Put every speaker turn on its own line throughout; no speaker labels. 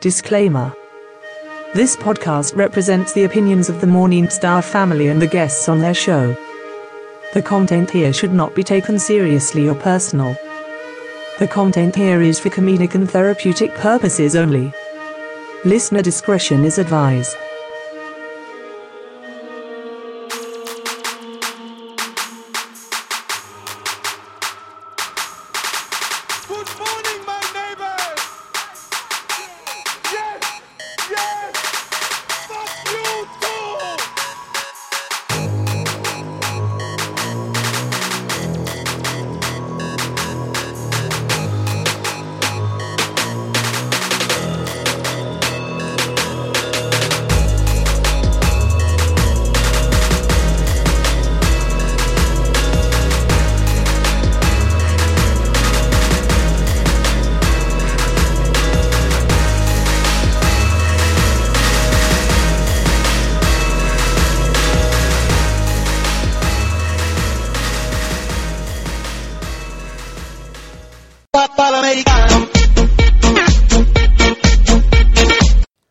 Disclaimer This podcast represents the opinions of the Morning Star family and the guests on their show. The content here should not be taken seriously or personal. The content here is for comedic and therapeutic purposes only. Listener discretion is advised.
Good morning, my neighbors! Yes! Yes! Fuck you too!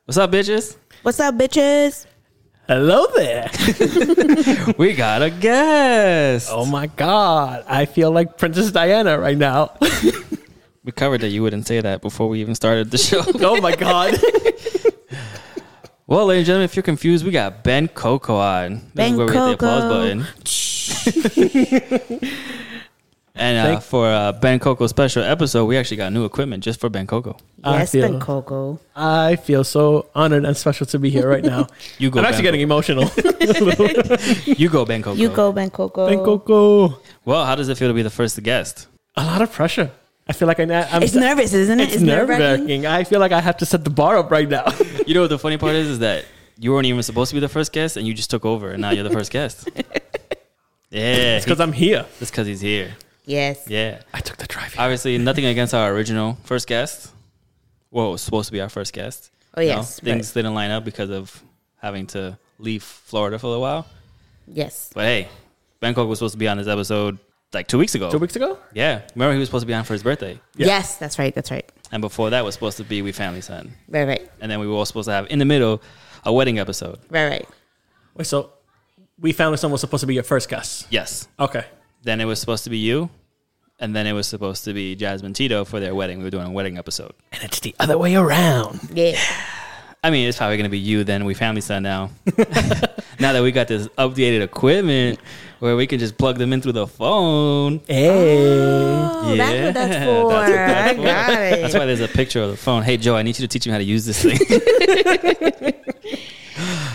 What's up, bitches?
What's up, bitches?
Hello there.
We got a guest.
Oh my God. I feel like Princess Diana right now.
We covered that you wouldn't say that before we even started the show.
oh my God.
well, ladies and gentlemen, if you're confused, we got Ben Coco on. This
Ben
is where we hit the applause
Coco.
button. and uh, for uh, Ben Coco special episode, we actually got new equipment just for Ben Coco.
I
Yes,
feel-
Ben Coco.
I feel so honored and special to be here right now.
You go,
I'm actually
Ben
getting emotional.
You go, Ben Coco.
You go, Ben Coco.
Thank Coco.
Well, how does it feel to be the first guest?
Oh. A lot of pressure. I feel like I, I'm.
It's nervous, isn't it?
It's nerve
nerve-wracking.
wracking. I feel like I have to set the bar up right now.
You know what the funny part is? Is that you weren't even supposed to be the first guest, and you just took over, and now you're the first guest. Yeah,
Because I'm here. Uh,
it's because he's here.
Yes.
Yeah.
I took the drive. here.
obviously nothing against our original first guest. Well, it was supposed to be our first guest.
Oh,
You
yes,
know, things didn't line up because of having to leave Florida for a little while.
Yes.
But hey, Bangkok was supposed to be on this episode like two weeks ago.
Two weeks ago?
Yeah, remember he was supposed to be on for his birthday,
Yeah.
Yes, that's right. That's right.
and before that was supposed to be we family son,
Right, right.
and then we were all supposed to have in the middle a wedding episode.
Right, right.
Wait, so we found someone was supposed to be your first guest.
Yes,
Okay.
then it was supposed to be you, and then it was supposed to be Jasmine Tito for their wedding. We were doing a wedding episode.
And it's the other way around.
Yeah.
I mean, it's probably going to be you then. We family son now. now that we got this updated equipment where we can just plug them in through the phone.
Hey.
Oh, that's what that's
Yeah,
for.
that's what that's for.
I got it.
That's why there's a picture of the phone. Hey, Joe, I need you to teach me how to use this thing.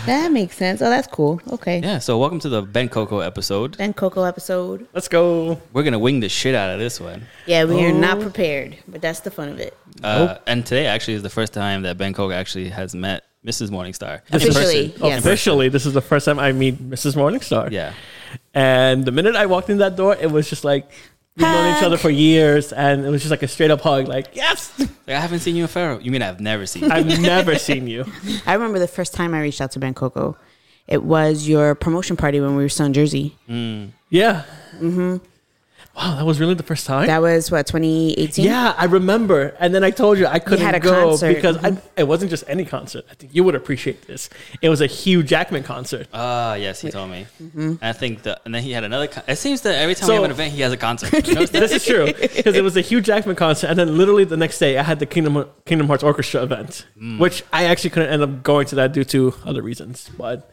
That makes sense. Oh, that's cool. Okay.
yeah, so welcome to the Ben Coco episode.
Ben Coco episode.
Let's go.
We're going to wing the shit out of this one.
Yeah, we are not prepared, but that's the fun of it.
Uh, And today actually is the first time that Ben Coco actually has met Mrs. Morningstar. in
Officially,
person.
yes.
Officially, this is the first time I meet Mrs. Morningstar.
Yeah.
And the minute I walked in that door, it was just like we've known each
Hug.
other for years, and it was just like a straight up hug. Like, yes,
Like, I haven't seen you in Pharaoh. You mean I've never seen you?
I've never seen you.
I remember the first time I reached out to Ben Coco. It was your promotion party when we were still in Jersey.
Yeah. Mm-hmm. Wow, that was really the first time.
That was what 2018.
yeah, I remember. And then I told you I couldn't
had a
go
concert. Mm-hmm.
because I, it wasn't just any concert. I think you would appreciate this. It was a Hugh Jackman concert.
Ah, yes, he told me.
Mm-hmm.
And I think the and then he had another. Con- it seems that every time we
So-
have an event, he has a concert. You notice that?
this is true because it was a Hugh Jackman concert, and then literally the next day I had the Kingdom Kingdom Hearts Orchestra event, which I actually couldn't end up going to that due to other reasons. But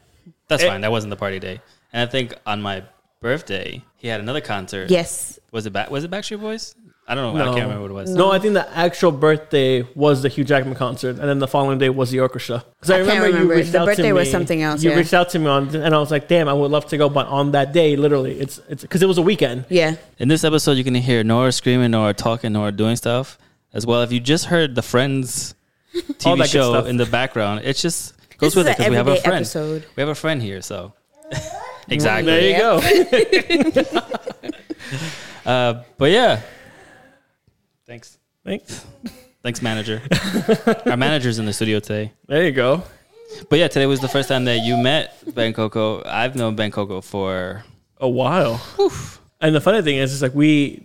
That's
It-
fine. That wasn't the party day. And I think on my birthday, he had another concert.
Yes.
Was it back? Was it Backstreet Boys? I don't know. I can't remember what it was.
No, I think the actual birthday was the Hugh Jackman concert, and then the following day was the orchestra. Because I,
I can't
remember,
remember.
you reached
The
out
birthday
to me.
was something else,
You
yeah.
reached out to me on, and I was like, "Damn, I would love to go," but on that day, literally, it's it's because it was a weekend.
Yeah.
In this episode, you can hear Nora screaming, Nora talking, Nora doing stuff as well. If you just heard the Friends
All
TV
that good
show
stuff.
in the background, it's just goes
This
with
is
it because
a
we have a
everyday
friend.
episode.
We have a friend here, so
There
exactly.
you go.
Uh, but yeah, thanks,
Thanks.
thanks, manager. Our manager's in the studio today.
There you go.
But yeah, today was the first time that you met Ben Coco. I've known Ben Coco for
A while. And the funny thing is, it's like we.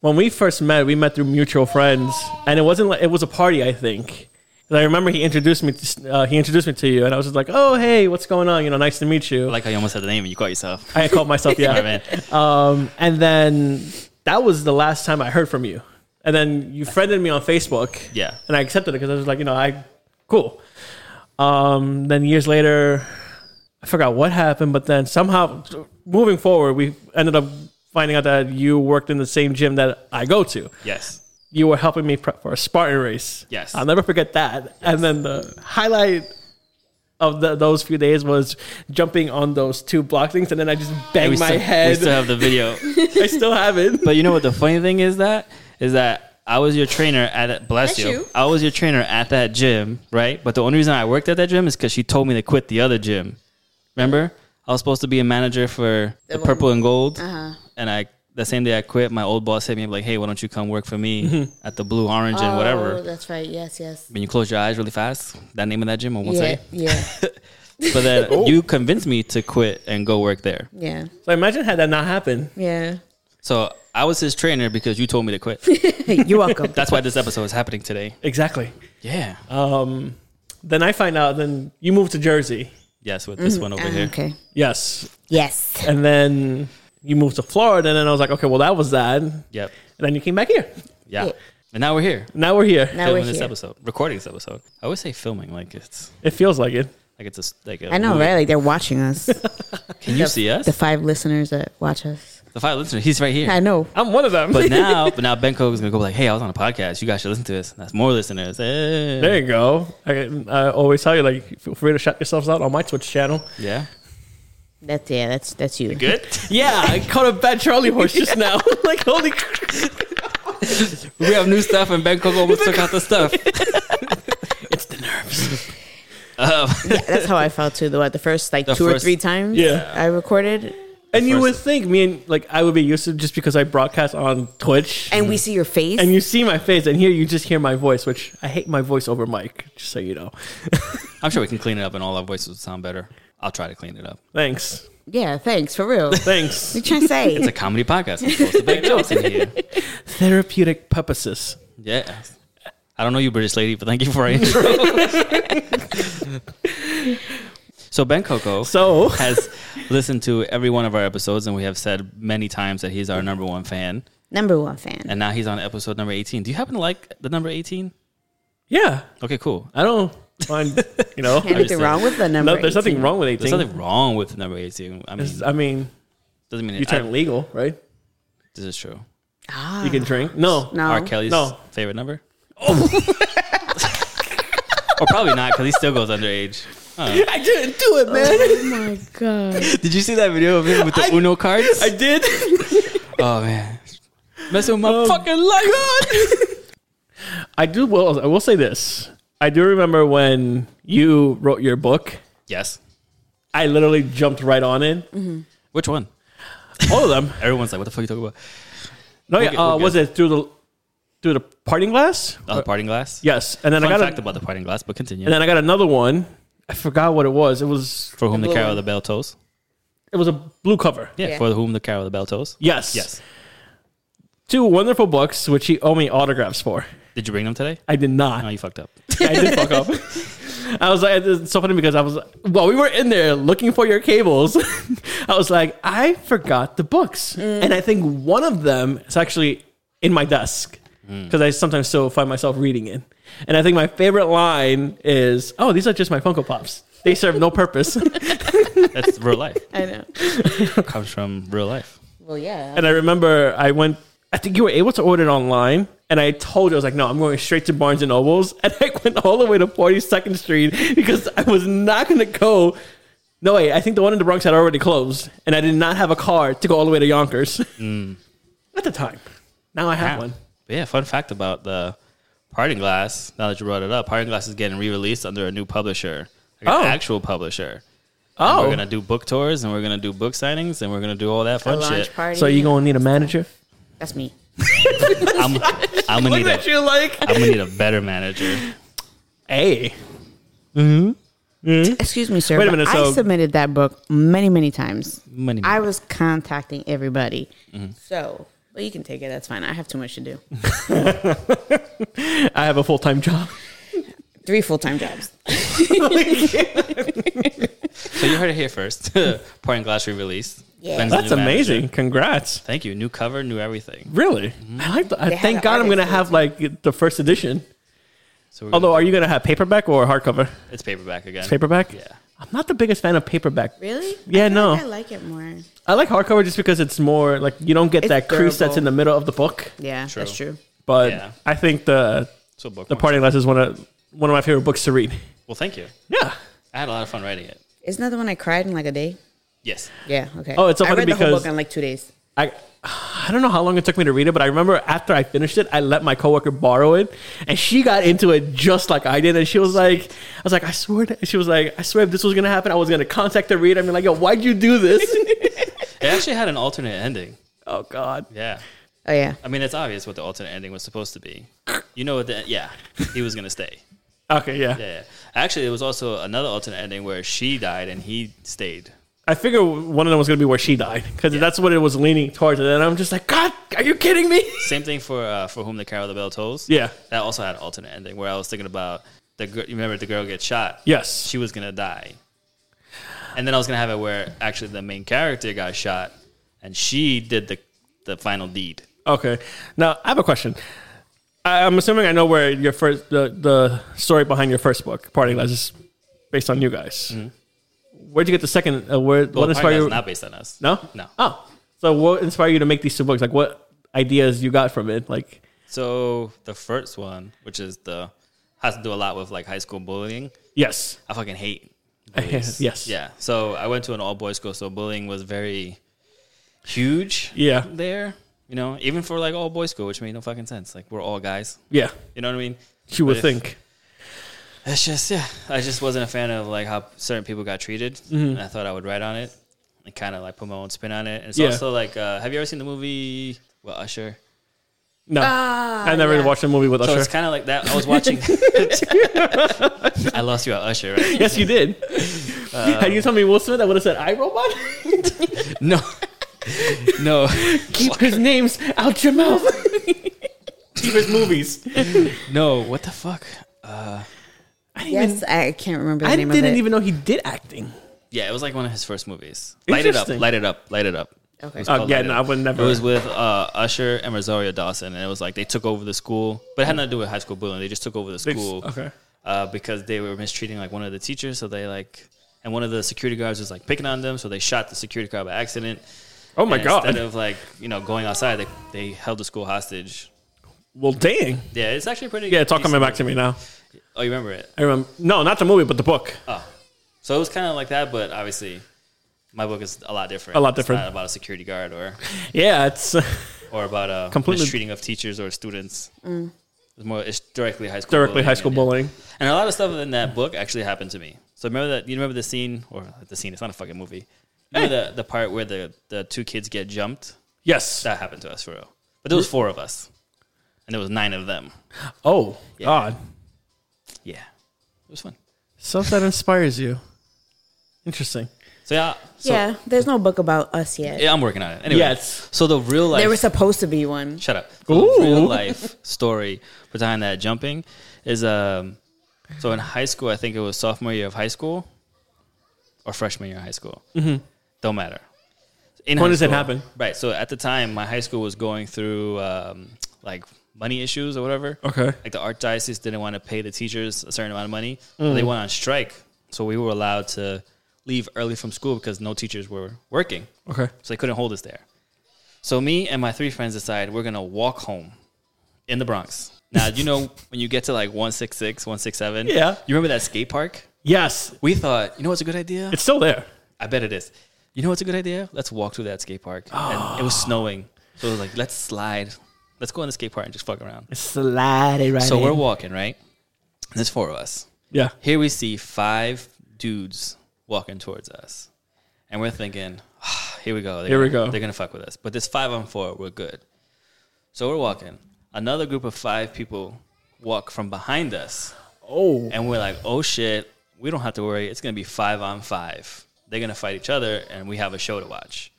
When we first met, we met through mutual friends, and it wasn't like it was a party. I think 'Cause I remember he introduced me. To, uh, he introduced me to you, and I was just like, "Oh, hey, what's going on? You know, nice to meet you."
I like how you almost said the name and you caught yourself.
I called myself, yeah.
All right, man.
Um, and then that was the last time I heard from you. And then you friended me on Facebook.
Yeah.
And I accepted it because I was like, you know, I cool. Um, then years later, I forgot what happened, but then somehow moving forward, we ended up finding out that you worked in the same gym that I go to.
Yes.
You were helping me prep for a Spartan race.
Yes.
I'll never forget that. And then the highlight of the, those few days was jumping on those two block things, and then I just banged
we
my
still,
head.
We still have the video.
I still haven't.
but you know what the funny thing is that is that I was your trainer at that, bless,
Bless
you.
you.
I was your trainer at that gym, right? But the only reason I worked at that gym is because she told me to quit the other gym. Remember, I was supposed to be a manager for the,
one-
purple and gold,
Uh-huh.
and I the same day I quit, my old boss hit me up like, "Hey, why don't you come work for me at the blue, orange, and
Oh,
whatever?"
that's right. Yes, yes.
When you close your eyes really fast, that name of that gym I won't
Yeah,
say.
yeah, Oh.
But then you convinced me to quit and go work there.
yeah,
So imagine had that not happened.
yeah.
So I was his trainer because you told me to quit.
Hey, you're welcome.
That's why this episode is happening today. Uh,
Exactly.
Yeah.
Um, then I find out. Then you move to Jersey.
yes, with this one over
Ah,
here.
okay.
Yes.
Yes.
And then you moved to Florida. And then I was like, okay, well that was that. And
Yep.
then you came back here.
Yeah.
Yeah.
And now we're here.
Now we're here.
Now
filming
we're
this
here.
episode, recording this episode. I always say filming like it's
It feels like it.
like it's a, s- like a
I know,
movie.
right? Like they're watching us.
Can you see us?
the
The,
five listeners that watch us.
five listeners. He's right here.
I know.
I'm one of them.
But now, but now Benko is gonna go like, "Hey, I was on a podcast. You guys should listen to this." And that's more listeners. Hey.
there you go. I, I always tell you, like, feel free to shout yourselves out on my Twitch channel.
Yeah.
That's yeah. That's that's you.
Good.
Yeah, I caught a bad Charlie horse just now. like, holy. cr-
we have new stuff, and Benko almost took out the stuff.
It's the nerves.
Um,
That's how I felt too. The what the first like
The
two or
first-
three times.
Yeah.
I recorded,
And you
First-
would think me and like I would be used to just because I broadcast on Twitch.
and we see your face.
and you see my face, and here you just hear my voice, which I hate my voice over mic, just so you know.
I'm sure we can clean it up, and all our voices will sound better. I'll try to clean it up.
Thanks.
yeah. Thanks for real. what
Thanks.
you trying to say?
It's a comedy podcast. I'm supposed to make jokes in here.
Therapeutic purposes.
Yeah. I don't know you, British lady, but thank you for our intro. so Ben Coco
So,
has listened to every one of our episodes, and we have said many times that he's our number one fan.
Number one fan.
And now he's on episode number eighteen. Do you happen to like the number eighteen?
yeah,
Okay, cool.
I don't mind, you know,
Anything wrong with the number?
no, there's nothing
18?
wrong with 18.
There's nothing wrong with number eighteen. I mean,
It's- I mean,
doesn't mean
you
it,
turn
I-
legal, right?
this is true.
You can drink. No.
No.
R. Kelly's
No. Oh.
favorite number. or probably not because he still goes underage.
I didn't do it, man.
Oh my god.
Did you see that video of him with the
I-
Uno cards?
I did.
Oh man, messing with my
Oh.
fucking life.
I do. Well, I will say this. I do remember when you wrote your book.
Yes.
I literally jumped right on it.
Which one?
All of them.
Everyone's like, "What the fuck are you talking about?"
No, yeah.
get-
uh,
we'll
was
get-
it through the through the parting glass?
Oh, the parting glass.
Yes. And then
Fun
I got a-
fact about the parting glass, but continue.
And then I got another one. I forgot what it was. It was
for whom the
Blue
carol
one.
of the bell tolls.
it was a blue cover.
Yeah,
Yeah.
For whom the carol of the bell tolls.
Yes.
Yes.
Two wonderful books which he owed me autographs for.
Did you bring them today?
I did not.
No, you fucked up.
I did fuck up. I was like, it's so funny because I was while we were in there looking for your cables, I was like, I forgot the books, and I think one of them is actually in my desk because I sometimes still find myself reading it. And I think my favorite line is, "Oh, these are just my Funko Pops. They serve no purpose."
That's real life.
I know.
Comes from real life.
Well, yeah.
and I remember I went. I think you were able to order it online, and I told you I was like, "No, I'm going straight to Barnes and Nobles," and I went all the way to 42nd Street because I was not going to go. No way! I think the one in the Bronx had already closed, and I did not have a car to go all the way to Yonkers at the time. Now I have one.
Ah. But yeah, fun fact about the Parting Glass. Now that you brought it up, Parting Glass is getting re-released under a new publisher, like
Oh.
an actual publisher.
Oh,
We're gonna do book tours, and we're gonna do book signings, and we're gonna do all that
A
fun
launch
shit.
party.
so you gonna need a manager?
That's me.
I'm, I'm gonna need
Look at
a,
you like,
I'm gonna need a better manager.
hey,
Excuse me, sir.
Wait a
but
minute,
I
so-
submitted that book many, many times.
Many, many
I was contacting everybody.
Mm-hmm.
So, well, you can take it. That's fine. I have too much to do.
I have a full time job.
three full time jobs.
So you heard it here first. Pouring glass re-release.
Yeah.
Ben's the
That's
new manager.
amazing. Congrats.
Thank you. New cover, new everything.
Really?
Mm-hmm.
I like the, I
They had
thank
an
God I'm going to
artist
have like the first edition.
So we're
Although, are you going to have paperback or hardcover?
gonna- it's paperback again.
Paperback?
Yeah.
I'm not the biggest fan of paperback.
Really?
Yeah,
I feel
no.
like I like it more.
I like hardcover just because it's more like you don't get
It's
that crease that's
durable.
in the middle of the book.
Yeah,
True.
that's true.
But
Yeah.
I think the
So book
the
one.
Parting Glass is one of one of my favorite books to read.
Well, thank you.
Yeah.
I had a lot of fun writing it.
Isn't that the one I cried in like a day?
Yes.
Yeah. Okay.
Oh, it's so
I
funny
read the whole
because-
book in like two days.
I I don't know how long it took me to read it, but I remember after I finished it, I let my coworker borrow it, and she got into it just like I did, and she was like, "I was like, I swear," to, she was like, "I swear, if this was gonna happen, I was gonna contact the reader and be like, yo, why'd you do this?"
It actually had an alternate ending.
oh God,
Yeah.
Oh yeah.
I mean, it's obvious what the alternate ending was supposed to be. You know what? The, yeah, he was gonna stay.
okay, yeah.
Yeah. Actually, there was also another alternate ending where she died and he stayed.
I figure one of them was gonna be where she died because that's what it was leaning towards, and then I'm just like, God, are you kidding me?
Same thing for uh, for whom the carol of the bell tolls.
Yeah.
that also had an alternate ending where I was thinking about the girl. You remember the girl gets shot.
Yes,
she was gonna die, and then I was gonna have it where actually the main character got shot and she did the the final deed.
Okay. Now I have a question. I, I'm assuming I know where your first the, the story behind your first book, Party Glass, is based on you guys. Where'd you get the second? Uh, where
Mm-hmm. Well,
what inspired you?
not based on us.
no,
No.
Oh, so what inspired you to make these two books? Like what ideas you got from it? Like
So the first one, which is the has to do a lot with like high school bullying.
yes,
I fucking hate
yes,
Yeah. So I went to an all boys school, so bullying was very huge.
Yeah.
There, you know, even for like all boys school, which made no fucking sense. Like we're all guys.
yeah.
You know what I mean?
You would
But if-
think.
It's just yeah. I just wasn't a fan of like how certain people got treated.
Mm-hmm.
And I thought I would write on it and kind of like put my own spin on it. And it's
Yeah.
also like, uh, have you ever seen the movie? Well, Usher.
No, I never
Ah, yeah.
watched a movie with
So
Usher.
it's kind of like that. I was watching. I lost you at Usher, right? Um,
yes, you did. Had you told me Will Smith, I would have said iRobot.
No. No,
Keep his names out your mouth. Keep his movies.
no, what the fuck?
I didn't even-
Yes, I can't remember the
I
name
didn't
of it.
even know he did acting.
Yeah, it was like one of his first movies. Light it up,
Interesting.
light it up, light it up. It
Okay.
was
Oh,
called
yeah,
Light It
no,
Up.
I would never-
It was with uh, Usher and Rosario Dawson, and it was like they took over the school, but it had nothing to do with high school bullying. They just took over the
They just-
school,
okay.
uh, because they were mistreating like one of the teachers. So they like, and one of the security guards was like picking on them, so they shot the security guard by accident.
Oh my
And
god.
Instead of like you know going outside, they they held the school hostage.
well, dang.
Yeah, it's actually pretty.
Yeah, it's all coming
decent.
back to me now.
Oh, you remember it?
I remember. No, not the movie, but the book.
Oh, so it was kind of like that, but obviously. My book is a lot different.
A lot
It's
different.
not about a security guard or
Yeah, it's
or about uh,
Completely-
mistreating of teachers or students. It's more it's directly high school
directly
bullying,
high school
and-
bullying.
And a lot of stuff in that book actually happened to me. So remember that you remember the scene or the scene? It's not a fucking movie. Remember the the part where the the two kids get jumped?
Yes.
That happened to us for real. But there was four of us, and there was nine of them.
Oh God.
Yeah, it was fun.
Stuff that inspires you. Interesting.
So yeah, so,
yeah, there's no book about us yet.
yeah, I'm working on it. Anyway,
Yes.
so the real life
There was supposed to be one.
Shut up. The real
Ooh.
life story behind that jumping is um so in high school I think it was sophomore year of high school or freshman year of high school. Mm-hmm. Don't matter. In
When
high
does it
school-
happen?
Right. So at the time, my high school was going through um, like money issues or whatever.
Okay.
Like the archdiocese didn't want to pay the teachers a certain amount of money.
Mm.
So They went on strike, so we were allowed to leave early from school because no teachers were working.
Okay.
So they couldn't hold us there. So me and my three friends decide we're gonna walk home in the Bronx. Now you know when you get to like 166, 167.
Yeah.
You remember that skate park?
Yes,
We thought, you know what's a good idea?
it's still there.
I bet it is. You know what's a good idea? Let's walk through that skate park. And it was snowing. So it was like, let's slide. Let's go in the skate park and just fuck around.
Slide it right.
So we're walking, right? There's four of us.
yeah.
Here we see five dudes walking towards us. And we're thinking, "Ah, here we go. They're
Here we
gonna-
go.
They're going to fuck with us. But this five on four, we're good. So we're walking. Another group of five people walk from behind us.
Oh,
And we're like, oh shit, we don't have to worry. It's going to be five on five. They're going to fight each other, and we have a show to watch.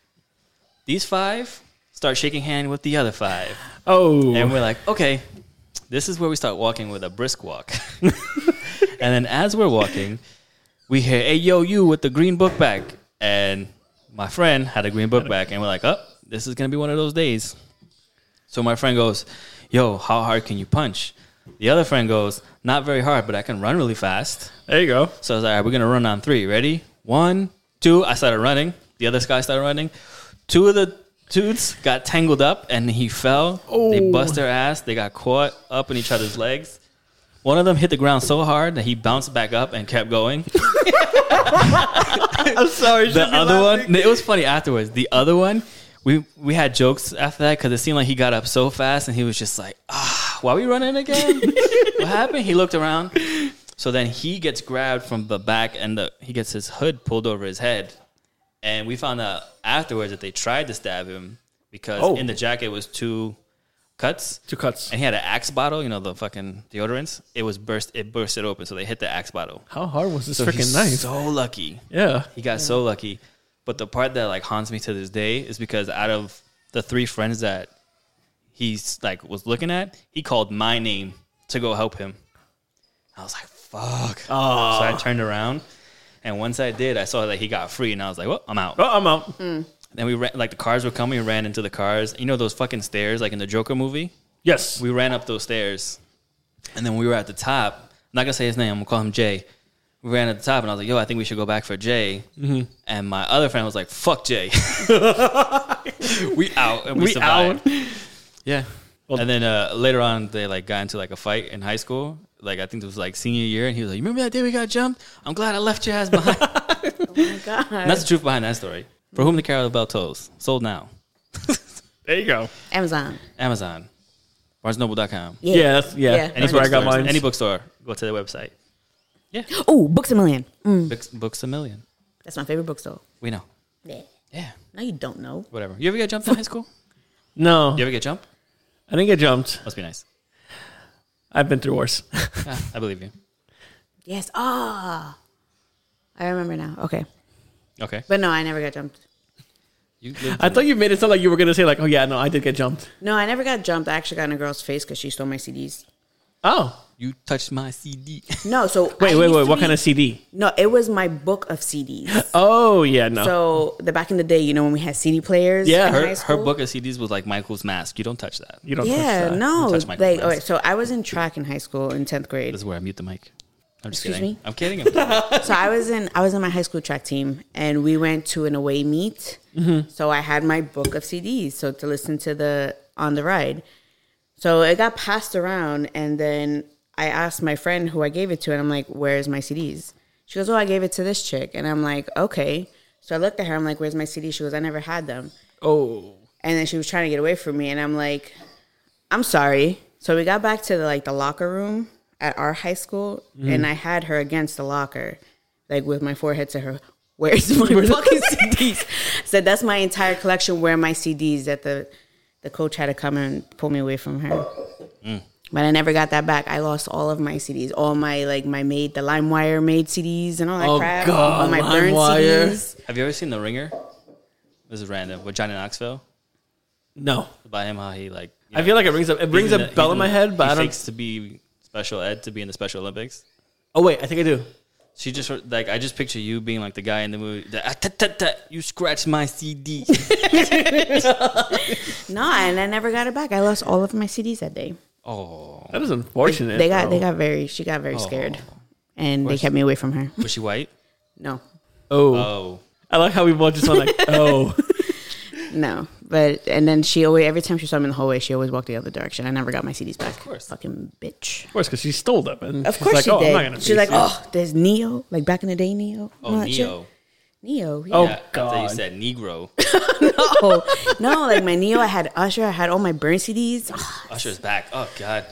These five start shaking hand with the other five.
oh,
And we're like, okay, this is where we start walking with a brisk walk. And then as we're walking, we hear, hey, yo, you with the green book bag. And my friend had a green book bag. And we're like, oh, this is going to be one of those days. So my friend goes, yo, how hard can you punch? The other friend goes, not very hard, but I can run really fast.
There you go.
So I was like, all right, we're going to run on three. Ready? One, two. I started running. The other guy started running. Two of the dudes got tangled up and he fell.
Oh.
They bust their ass. They got caught up in each other's legs. One of them hit the ground so hard that he bounced back up and kept going.
I'm sorry.
The other one, it was funny afterwards. The other one, we we had jokes after that because it seemed like he got up so fast and he was just like, ah, why we running again? what happened? He looked around. So then he gets grabbed from the back and the, he gets his hood pulled over his head. And we found out afterwards that they tried to stab him because
Oh.
in the jacket was two cuts
Two cuts.
and he had an axe bottle, you know, the fucking deodorants. It was burst, it bursted open, so they hit the axe bottle.
How hard was this
So
freaking
he's
knife?
So lucky.
yeah.
He got so lucky. But the part that like haunts me to this day is because out of the three friends that he's like was looking at, he called my name to go help him. I was like, fuck. So
Oh.
I turned around and once I did, I saw that he got free and I was like, well, I'm out.
Oh, I'm out.
Then we ran, like the cars were coming, we ran into the cars. You know those fucking stairs like in the Joker movie?
Yes.
We ran up those stairs, and then we were at the top. I'm not gonna say his name. I'm gonna call him Jay. We ran at the top, and I was like, "Yo, I think we should go back for Jay."
Mm-hmm.
And my other friend was like, "Fuck Jay." we out and we,
We
survived.
out.
Yeah. and then uh, later on, they like got into like a fight in high school. Like I think it was like senior year, and he was like, "You remember that day we got jumped? I'm glad I left your ass behind."
Oh
And that's the truth behind that story. For whom the carol bell tolls. Sold now.
There you go.
Amazon.
Amazon, BarnesNoble.com.
Yeah. Yeah. That's, yeah.
Yeah.
Any
Any
That's where I got
bookstores,
mine.
Any bookstore, go to their website.
Oh, Books a Million. Mm,
Books, books a million.
that's my favorite bookstore.
We know.
Yeah.
Yeah,
No, you don't know.
whatever. You ever get jumped in high school?
no.
You ever get jumped?
I didn't get jumped.
Must be nice.
I've been through worse.
Yeah, I believe you.
Yes. Ah. I remember now. Okay.
Okay.
But no, I never got jumped.
You lived
I thought you made it sound like you were gonna say like, oh yeah, no, I did get jumped.
No, I never got jumped. I actually got in a girl's face because she stole my CDs.
Oh.
you touched my CD.
No, so
Wait,
I
wait,
used
wait.
to
What
be-
kind of CD?
No, it was my book of CDs.
Oh yeah, no.
So the back in the day, you know, when we had CD players.
Yeah.
in
Her,
high
her
school?
book of CDs was like Michael's mask. You don't touch that.
you don't.
Yeah,
touch that.
no,
touch
like
Michael
okay.
Myers.
So I was in track in high school in tenth grade.
This is where I mute the mic. I'm just
Excuse
kidding.
me?
I'm kidding. I'm kidding.
So I was in I was in my high school track team, and we went to an away meet.
Mm-hmm.
So I had my book of CDs, so to listen to the on the ride. So it got passed around, and then I asked my friend who I gave it to, and I'm like, "Where's my CDs?" She goes, "Oh, I gave it to this chick," and I'm like, "Okay." So I looked at her. I'm like, "Where's my CD?" She goes, "I never had them."
Oh.
and then she was trying to get away from me and i'm like i'm sorry so we got back to the, like the locker room at our high school
Mm-hmm.
and i had her against the locker like with my forehead to her where's my fucking cds said that's my entire collection where are my cds that the the coach had to come and pull me away from her
Mm.
but i never got that back i lost all of my cds all my like my made the limewire made cds and all that
Oh,
crap
God,
all my burned
LimeWire.
cds
Have you ever seen The Ringer? This is random. With Johnny Knoxville,
No.
about him how he like. you
I
know,
feel like it rings up. It brings
he's
a
in the-
bell
he's
in my head, but
he
I don't.
fakes to be special ed to be in the Special Olympics.
Oh wait, I think I do.
She just like I just picture you being like the guy in the movie. That, "Ah, ta, ta, ta, you scratched my CD.
no and i never got it back i lost all of my cds that day
oh,
That is unfortunate.
They got
bro.
they got very she got very scared, and they
course.
kept me away from her.
was she white?
No,
Oh.
Oh,
I like how we both just sound like oh.
no. But and then she always every time she saw me in the hallway, she always walked the other direction. I never got my CDs back. Of
course.
fucking bitch.
Of course, because she stole them. And
Of
she's
course
like,
she
oh, I'm
did.
not gonna
She's
be-
like, oh, there's Neo, like back in the day, Neo. and all
oh,
that shit.
Neo.
Neo.
Oh
Yeah.
Yeah, I
God.
thought you said Negro.
Oh no, like my Neo. I had Usher. I had all my burn CDs.
Usher's back. Oh God,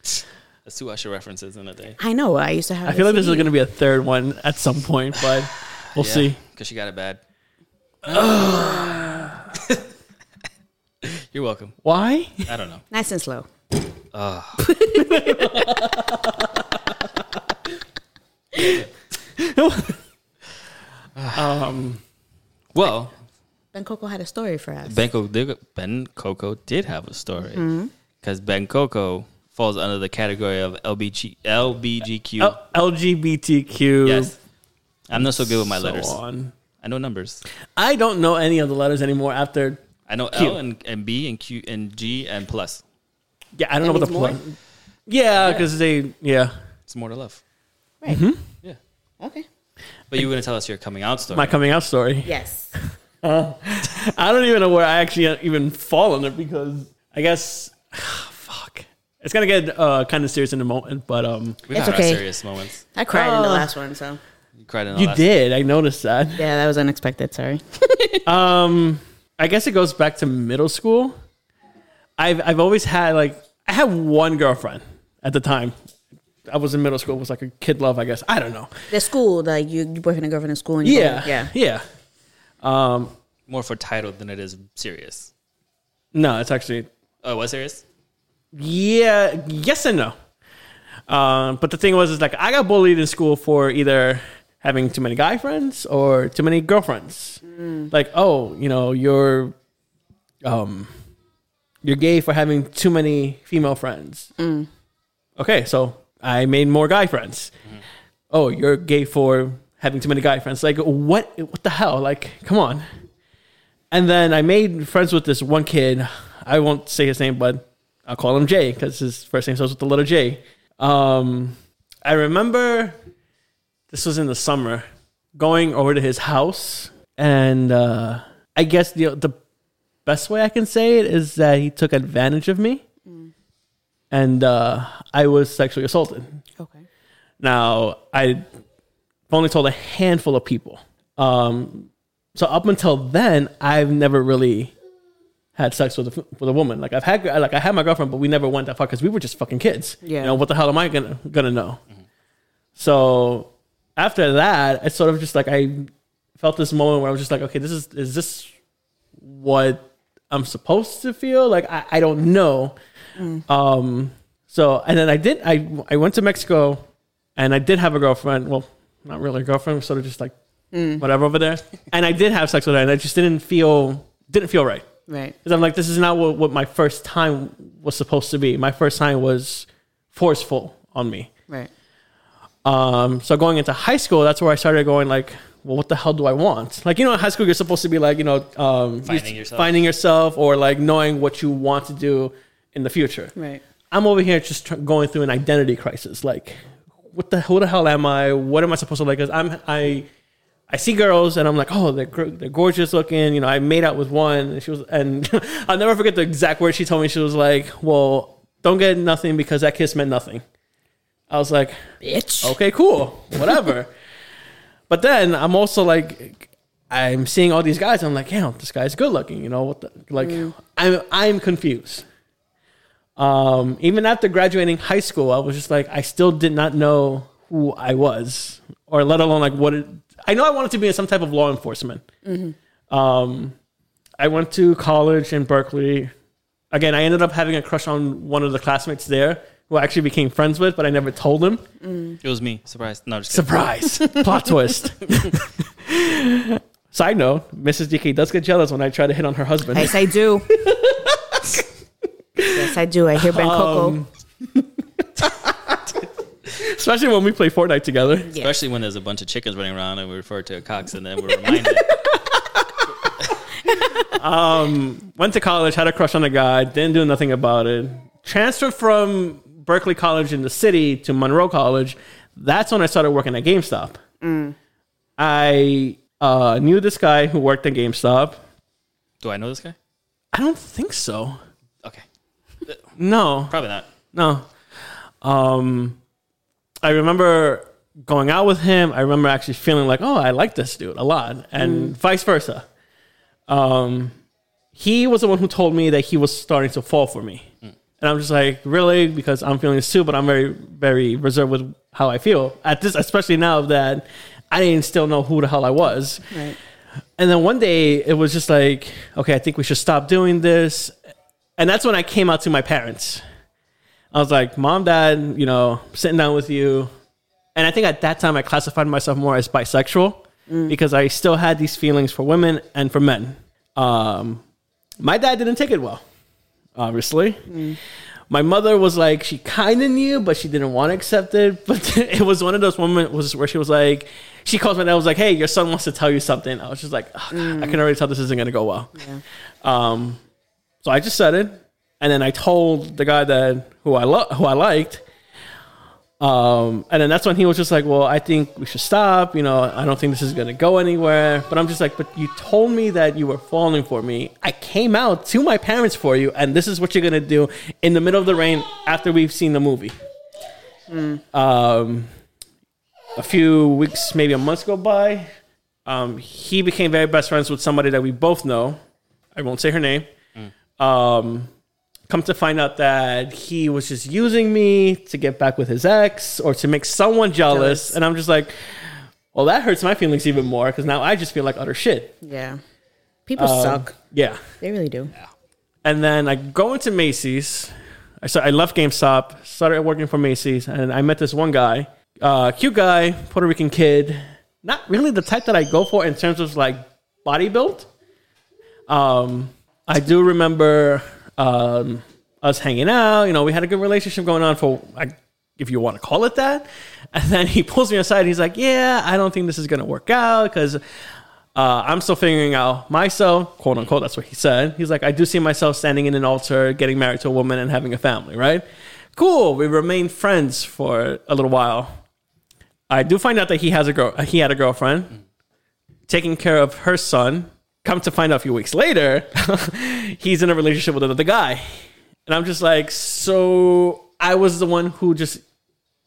that's two Usher references in a day.
I know. I used to have.
I feel like this is gonna be a third one at some point, but we'll see.
because she got it bad. You're welcome.
Why?
I don't know.
nice and slow.
Well,
Ben Coco had a story for us.
Ben Coco did, ben Coco did have a story because Ben Coco falls under the category of LBG, LBGQ.
L- LGBTQ.
yes. I'm not so good with my
so
letters.
on.
I know numbers.
I don't know any of the letters anymore after.
I know
Q.
L and, and B and Q and G and plus.
Yeah, I don't know what the
means
plus. Yeah, because they. Yeah.
It's more to love.
Right.
Mm-hmm.
Yeah.
Okay.
But you were going to tell us your coming out story.
My coming out story.
Yes.
I don't even know where I actually even fall on it because I guess. fuck. It's going to get uh, kind of serious in a moment, but. um.
We've
It's
had
okay.
our serious moments.
I cried in the
Oh.
last one, so
You cried in the
You
last-
did. I noticed that.
yeah, that was unexpected. Sorry.
Um, I guess it goes back to middle school. I've I've always had like I had one girlfriend at the time. I was in middle school. It was like a kid love, I guess. I don't know.
The school, like you, your boyfriend and girlfriend in school, and you
Yeah,
go- yeah.
yeah. Um,
More for title than it is serious.
no, it's actually
Oh, it was serious?
yeah, yes and no. Um, but the thing was, is like I got bullied in school for either having too many guy friends or too many girlfriends. Like, oh, you know, you're, um, you're gay for having too many female friends. Okay, so I made more guy friends. Oh, you're gay for having too many guy friends. Like, what? What the hell? Like, come on. And then I made friends with this one kid. I won't say his name, but I'll call him Jay because his first name starts with the letter J. Um, I remember this was in the summer, going over to his house, and uh, I guess the the best way I can say it is that he took advantage of me, and uh, I was sexually assaulted.
Okay.
Now, I've only told a handful of people. Um, so up until then, I've never really had sex with a, with a woman. Like I've had like I had my girlfriend, but we never went that far because we were just fucking kids.
Yeah.
You know what the hell am I gonna gonna know? So after that, it's sort of just like I felt this moment where I was just like, okay, this is is this what I'm supposed to feel? Like I, I don't know. Um. So and then I did I I went to Mexico, and I did have a girlfriend. Well, not really a girlfriend. Sort of just like whatever over there. And I did have sex with her, and I just didn't feel didn't feel right.
Right.
Because I'm like, this is not what, what my first time was supposed to be. My first time was forceful on me.
Right.
Um, so going into high school, that's where I started going like, well, what the hell do I want? Like, you know, in high school, you're supposed to be like, you know, um,
Finding
you're
yourself.
finding yourself or like knowing what you want to do in the future.
Right.
I'm over here just tr- going through an identity crisis. Like, what the who the hell am I? What am I supposed to like? Because I'm I, I see girls and I'm like, oh, they're gr- they're gorgeous looking. You know, I made out with one and she was, and I'll never forget the exact words she told me. She was like, well, don't get nothing because that kiss meant nothing. I was like,
Bitch.
okay, cool, whatever. but then I'm also like, I'm seeing all these guys. I'm like, yeah, this guy's good looking. You know what? The, like, I'm I'm confused. Um, even after graduating high school, I was just like, I still did not know who I was, or let alone like what. It, I know I wanted to be in some type of law enforcement. Um, I went to college in Berkeley. Again, I ended up having a crush on one of the classmates there, who I actually became friends with, but I never told him.
It was me. Surprise. No, just kidding.
Surprise! Plot twist. Side note: Mrs. DK does get jealous when I try to hit on her husband.
Yes, I do. yes, I do. I hear Ben Coco.
Um, Especially when we play Fortnite together.
Especially when there's a bunch of chickens running around and we refer to a cox and then we're reminded.
Went to college, had a crush on a guy, didn't do nothing about it. Transferred from Berkeley College in the city to Monroe College. That's when I started working at GameStop. Mm. I uh, knew this guy who worked at GameStop.
Do I know this guy?
I don't think so.
Okay.
No.
Probably not.
No. Um, I remember going out with him. I remember actually feeling like, oh, I like this dude a lot, and vice versa. Um, he was the one who told me that he was starting to fall for me, and I'm just like, really? Because I'm feeling this too, but I'm very, very reserved with how I feel at this, especially now that I didn't still know who the hell I was.
Right.
And then one day it was just like, okay, I think we should stop doing this. And that's when I came out to my parents. I was like, mom, dad, you know, sitting down with you. And I think at that time I classified myself more as bisexual because I still had these feelings for women and for men. Um, my dad didn't take it well, obviously. My mother was like, she kind of knew, but she didn't want to accept it. But it was one of those moments was where she was like, she calls my dad, was like, hey, your son wants to tell you something. I was just like, oh, God, I can already tell this isn't going to go well. Um, so I just said it, and then I told the guy that who I lo- who I liked. Um, and then that's when he was just like, "Well, I think we should stop. You know, I don't think this is gonna go anywhere." But I'm just like, "But you told me that you were falling for me. I came out to my parents for you, and this is what you're gonna do in the middle of the rain after we've seen the movie." Um, a few weeks, maybe a month go by. Um, he became very best friends with somebody that we both know. I won't say her name. Um, come to find out that he was just using me to get back with his ex or to make someone jealous.
Jealous.
And I'm just like, well, that hurts my feelings even more because now I just feel like utter shit.
Yeah. People
um,
suck.
Yeah.
They really do.
And then I go into Macy's. I so I left GameStop, started working for Macy's, and I met this one guy, uh, cute guy, Puerto Rican kid, not really the type that I go for in terms of like body build. Um, I do remember um, us hanging out. You know, we had a good relationship going on for, I, if you want to call it that. And then he pulls me aside. And he's like, "Yeah, I don't think this is gonna work out because uh, I'm still figuring out myself, quote unquote. That's what he said. He's like, I do see myself standing in an altar, getting married to a woman, and having a family, right? Cool. We remain friends for a little while. I do find out that he has a girl. uh, He had a girlfriend, taking care of her son. Come to find out a few weeks later, he's in a relationship with another guy, and I'm just like, so I was the one who just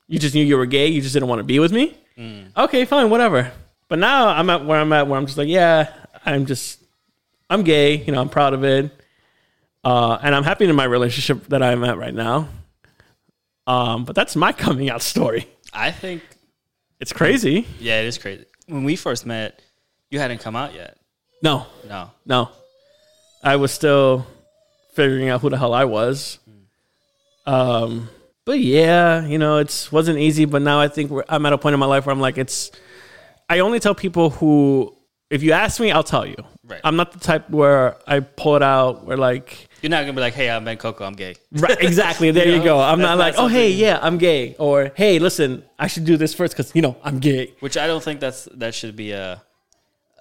you just knew you were gay. You just didn't want to be with me. Okay, fine, whatever. But now I'm at where I'm at, where I'm just like, yeah, I'm just, I'm gay. You know, I'm proud of it, uh, and I'm happy in my relationship that I'm at right now. Um, but that's my coming out story.
I think,
It's crazy.
yeah, it is crazy. When we first met, you hadn't come out yet.
No,
No.
no, I was still figuring out who the hell I was. Um, but yeah, you know, it's wasn't easy. But now I think we're, I'm at a point in my life where I'm like, it's. I only tell people who, if you ask me, I'll tell you.
Right.
I'm not the type where I pull it out. Where like,
You're not going to be like, hey, I'm Ben Coco, I'm gay.
right, exactly. There you,
know,
go. I'm
that's
not
not
like, oh hey,
something-
yeah, I'm gay, or hey, listen, I should do this first because you know I'm gay.
Which I don't think that's that should be a.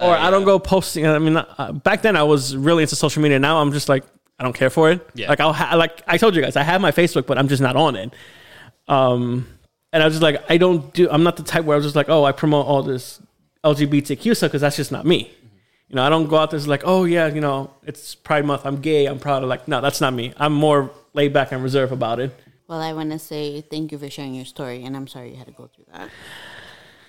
or I don't go posting. I mean, uh, back then I was really into social media. Now I'm just like I don't care for it.
Yeah.
Like I'll ha- like I told you guys, I have my Facebook, but I'm just not on it. Um, and I was just like, I don't do. I'm not the type where I was just like, oh, I promote all this LGBTQ stuff because that's just not me. You know, I don't go out there and like, oh yeah, you know, it's Pride Month. I'm gay. I'm proud of like, no, that's not me. I'm more laid back and reserved about it.
Well, I want to say thank you for sharing your story, and I'm sorry you had to go through that.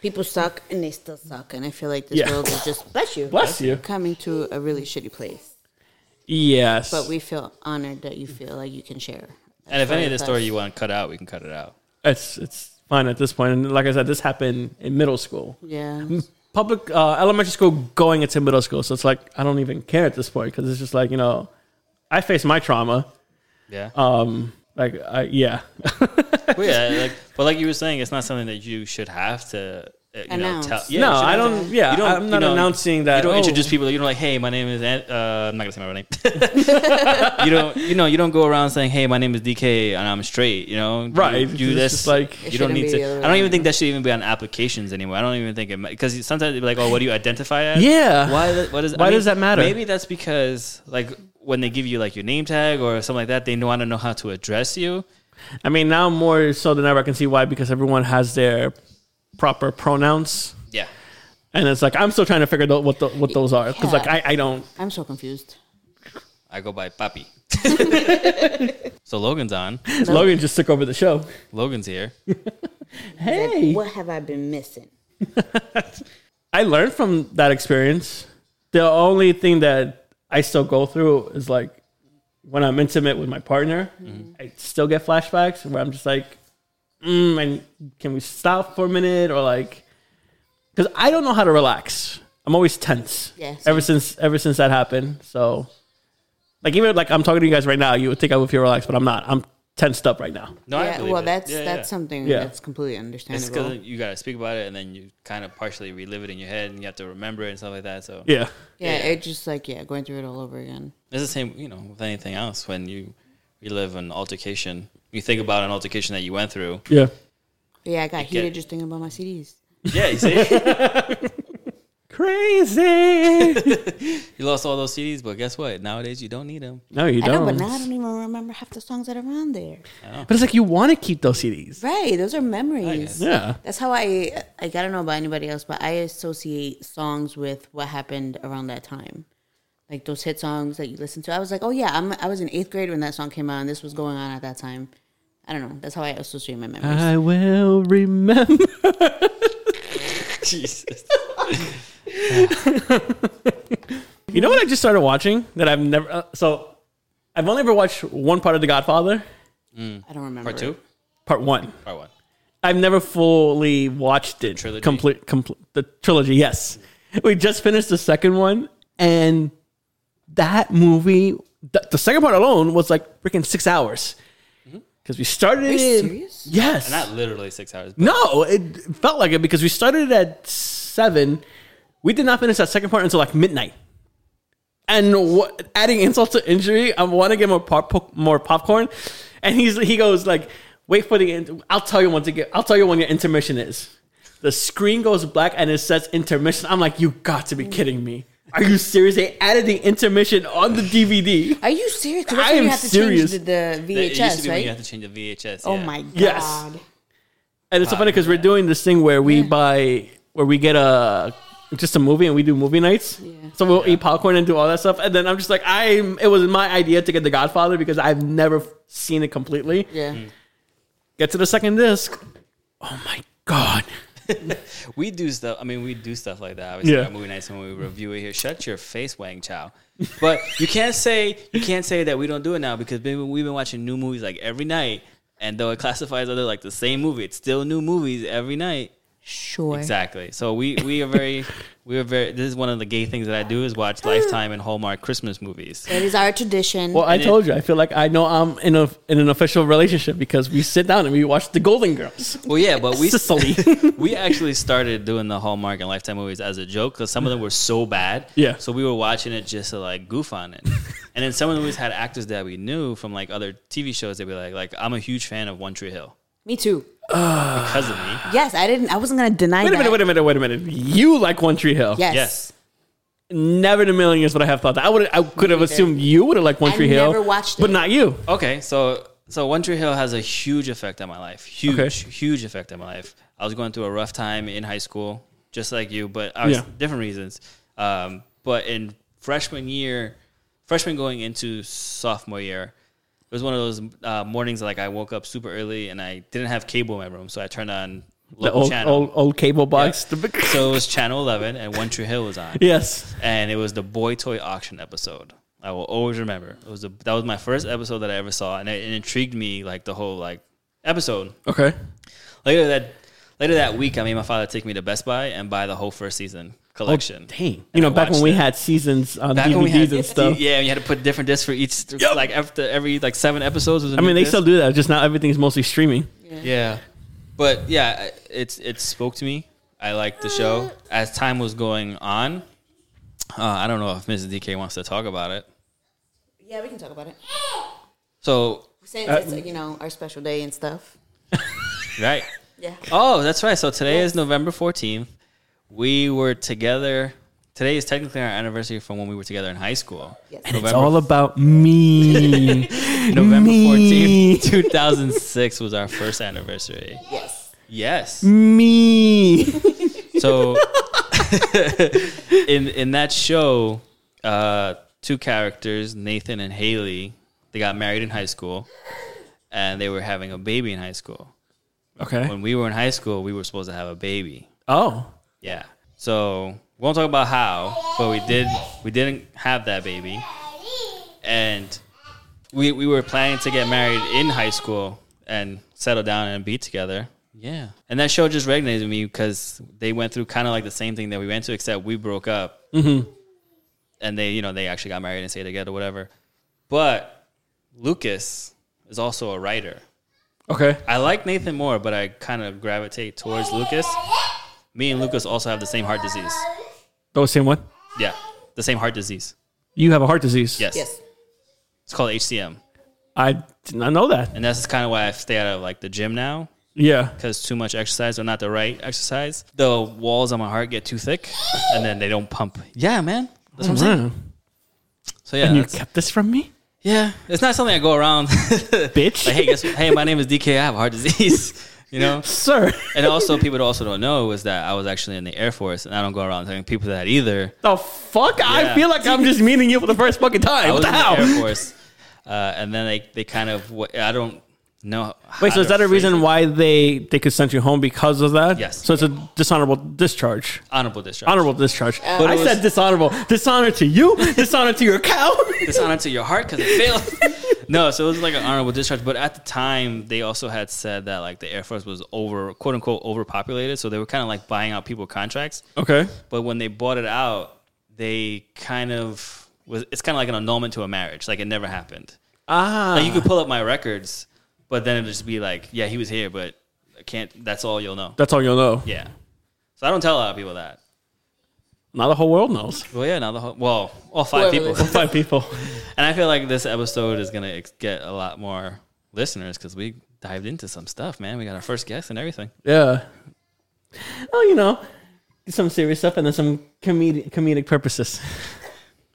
People suck.
And they still suck, and I feel like this
Yeah.
world is just bless you,
Bless you.
coming to a really shitty place.
Yes.
But we feel honored that you feel like you can share.
And if any of the
That's-
story you want to cut out, we can cut it out.
it's it's fine at this point. And like I said, this happened in middle school.
yeah,
public uh, elementary school going into middle school so it's like i don't even care at this point because it's just like you know i face my trauma
Yeah.
um like I, yeah Uh,
Well, yeah, like, but like you were saying, it's not something that you should have to. uh, You
Announce.
know, tell. Yeah,
no
you should
i
have to-
don't yeah
you don't-
i'm
you
not
know,
announcing that
You don't
oh,
introduce people. You don't like, hey, my name is. An- Uh, I'm not gonna say my real name. you don't. You know. You don't go around saying, hey, my name is DK and I'm straight. You know. You
right
Do
it's
this.
just like
It
you don't
shouldn't
need
be the
to.
other
I don't
way
even
around.
think that should even be on applications anymore. I don't even think it because sometimes they'd be like, oh, what do you identify as?
Yeah.
Why? the- What is?
Why does that matter?
Maybe that's because like when they give you like your name tag or something like that, they want to know how to address you.
i mean now more so than ever i can see why because everyone has their proper pronouns
Yeah.
and it's like i'm still trying to figure out what tho- what those are because like I,
Yeah.
I don't
I'm so confused.
I go by Papi. so Logan's on.
logan just took over the show
Logan's here.
hey
What have I been missing?
I learned from that experience. The only thing that I still go through is like when I'm intimate with my partner,
Mm-hmm.
I still get flashbacks where I'm just like, mm, and can we stop for a minute or like, because I don't know how to relax. I'm always tense.
Yeah,
Ever since ever since that happened, so like even like I'm talking to you guys right now, you would think I would feel relaxed, but I'm not. I'm tensed up right now.
No, I
yeah,
believe
well,
it.
that's
Yeah,
that's
yeah.
something
Yeah.
that's completely
It's
understandable.
because you gotta speak about it, and then you kind of partially relive it in your head, and you have to remember it and stuff like that. So
Yeah.
yeah,
yeah.
it just like yeah, going through it all over again.
it's the same, you know, with anything else. When you relive an altercation. You think about an altercation that you went through.
Yeah.
Yeah, I got heated
get-
just thinking about my CDs.
Yeah, you see,
Crazy.
you lost all those CDs, but guess what? Nowadays, you don't need them.
no, you
I
don't.
know, but now I don't even remember half the songs that are on there.
But it's like you want to keep those CDs.
Right, those are memories.
Yeah.
That's how I like I don't know about anybody else, but I associate songs with what happened around that time. Like those hit songs that you listen to. I was like, Oh yeah, I'm I was in eighth grade when that song came out and this was going on at that time. I don't know. That's how I associate my memories.
Uh,
I will remember.
Jesus.
You know what I just started watching that I've never. Uh, so I've only ever watched one part of The Godfather,
I don't remember.
Part two,
part one.
part one.
I've never fully watched it.
Trilogy.
Complete, complete the trilogy. Yes, we just finished the second one, and that movie, the, the second part alone was like freaking six hours because we started
Mm-hmm. Are you
it.
serious?
Yes,
Not literally six hours. But
no, it felt like it because we started at seven. We did not finish that second part until like midnight. And what, adding insult to injury, I want to get more pop, more popcorn. And he's he goes like, "Wait for the end. I'll tell you when to get. I'll tell you when your intermission is." The screen goes black and it says intermission. I'm like, "You got to be kidding me! Are you serious? They added the intermission on the DVD."
Are you serious? 'Cause that's
I
when
am
you have to change
serious.
the, the
it used to
VHS,
be when
right?
you had to change the VHS.
Oh
yeah.
my god.
Yes. And it's so funny because we're doing this thing where we buy, where we get a just a movie and we do movie nights. So we'll eat popcorn and do all that stuff. And then I'm just like, I it was my idea to get The Godfather because I've never seen it completely.
Yeah.
Mm.
Get to the second disc. Oh my god.
We do stuff. I mean, we do stuff like that. Obviously,
Yeah.
at movie nights when we review it here. Shut your face, Wang Chow. But you can't say you can't say that we don't do it now because baby, we've been watching new movies like every night. And though it classifies other like the same movie, it's still new movies every night.
Sure.
Exactly. So we we are very we are very. This is one of the gay things that I do is watch Lifetime and Hallmark Christmas movies.
It is our tradition.
Well, I told you, I feel like I know I'm in a in an official relationship because we sit down and we watch The Golden Girls.
Well, yeah, but we
Sicily.
we actually started doing the Hallmark and Lifetime movies as a joke because some of them were so bad.
Yeah.
So we were watching it just to like goof on it, and then some of the movies had actors that we knew from like other TV shows. They'd be like, like I'm a huge fan of One Tree Hill
Me too.
because of me.
Yes, I didn't I wasn't gonna deny
Wait a
that.
minute, wait a minute, wait a minute. You like One Tree Hill.
Yes.
Yes.
Never in a million years would I have thought that. I would I could have
neither.
assumed you would have liked One
I
Tree Hill.
never watched
But
it.
not you.
Okay, so so One Tree Hill has a huge effect on my life. Huge,
Okay.
huge effect on my life. I was going through a rough time in high school, just like you, but I was
Yeah.
different reasons. Um, but in freshman year, freshman going into sophomore year, it was one of those uh, mornings like I woke up super early and I didn't have cable in my room, so I turned on
the
local
old,
channel.
old old cable box. The big-
So it was channel eleven, and One Tree Hill was on
yes,
and it was the boy toy auction episode. I will always remember. It was the that was my first episode that I ever saw, and it, it intrigued me like the whole like episode.
okay.
Later that later that week, I made my father take me to Best Buy and buy the whole first season collection.
Oh, Dang, you
And
know,
I
back when
watched
we
it.
had seasons on
Back
DVDs
when we had-
and stuff.
yeah, and you had to put different discs for each. Like after every like seven episodes was. a
I
new
mean, they
disc.
still do that. Just now, everything's mostly streaming.
Yeah, but yeah, I- it's it spoke to me. I liked the show. As time was going on, uh, I don't know if Mrs. DK wants to talk about it.
Yeah, we can talk about it.
So
Since
Uh,
it's you know our special day and stuff.
right.
Yeah.
Oh, that's right. So today is November 14th. We were together. Today is technically our anniversary from when we were together in high school.
Yes.
November,
It's all about me.
November
me.
14th, 2006 was our first anniversary.
Yes.
Yes.
me.
So in in that show, uh, two characters, Nathan and Haley, they got married in high school and they were having a baby in high school.
Okay.
When we were in high school, we were supposed to have a baby.
Oh,
Yeah. So we won't talk about how, but we did we didn't have that baby. And we we were planning to get married in high school and settle down and be together. Yeah. And that show just resonated with me because they went through kind of like the same thing that we went to, except we broke up. Mm-hmm. And they, you know, they actually got married and stayed together, whatever. But Lucas is also a writer.
okay.
I like Nathan more, but I kind of gravitate towards Lucas. Me and Lucas also have the same heart disease.
Oh, same one.
Yeah, the same heart disease.
You have a heart disease.
Yes.
Yes.
It's called HCM.
I did not know that.
and that's kind of why I stay out of like the gym now
Yeah.
because too much exercise or not the right exercise, the walls on my heart get too thick, and then they don't pump. Yeah, man. That's what I'm saying.
Mm.
So yeah,
and you
that's-
kept this from me,
yeah, it's not something I go around. like,
bitch.
hey, guess, hey, my name is DK. I have heart disease. You know,
sir.
and also people also don't know is that I was actually in the Air Force, and I don't go around telling people that either.
The fuck? I
Yeah.
feel like I'm just meeting you for the first fucking time.
I was
What the
in the
hell?
Air Force, uh, and then they they kind of wa- I don't know.
Wait,
how
so is
to
that a
phrase
reason
it.
why they they could send you home because of that?
Yes.
So it's a dishonorable discharge.
honorable discharge?
Honorable discharge.
But
I
it was-
said dishonorable. Dishonor to you. dishonor to your cow.
dishonor to your heart because it failed. no, so it was like an honorable discharge. But at the time, they also had said that like the Air Force was over, quote unquote, overpopulated. So they were kind of like buying out people contracts.
okay.
But when they bought it out, they kind of was. It's kind of like an annulment to a marriage. Like it never happened.
Ah.
Like you could pull up my records, but then it'll just be like, yeah, he was here, but I can't. That's all you'll know.
That's all you'll know.
Yeah. So I don't tell a lot of people that.
Now the whole world knows.
Well, yeah, now the whole well, all five
Whoever
people.
listens.
Five people.
And I feel like this episode is gonna ex- get a lot more listeners because we dived into some stuff, man. We got our first guest and everything.
Yeah. Oh, you know, some serious stuff and then some comedic comedic purposes.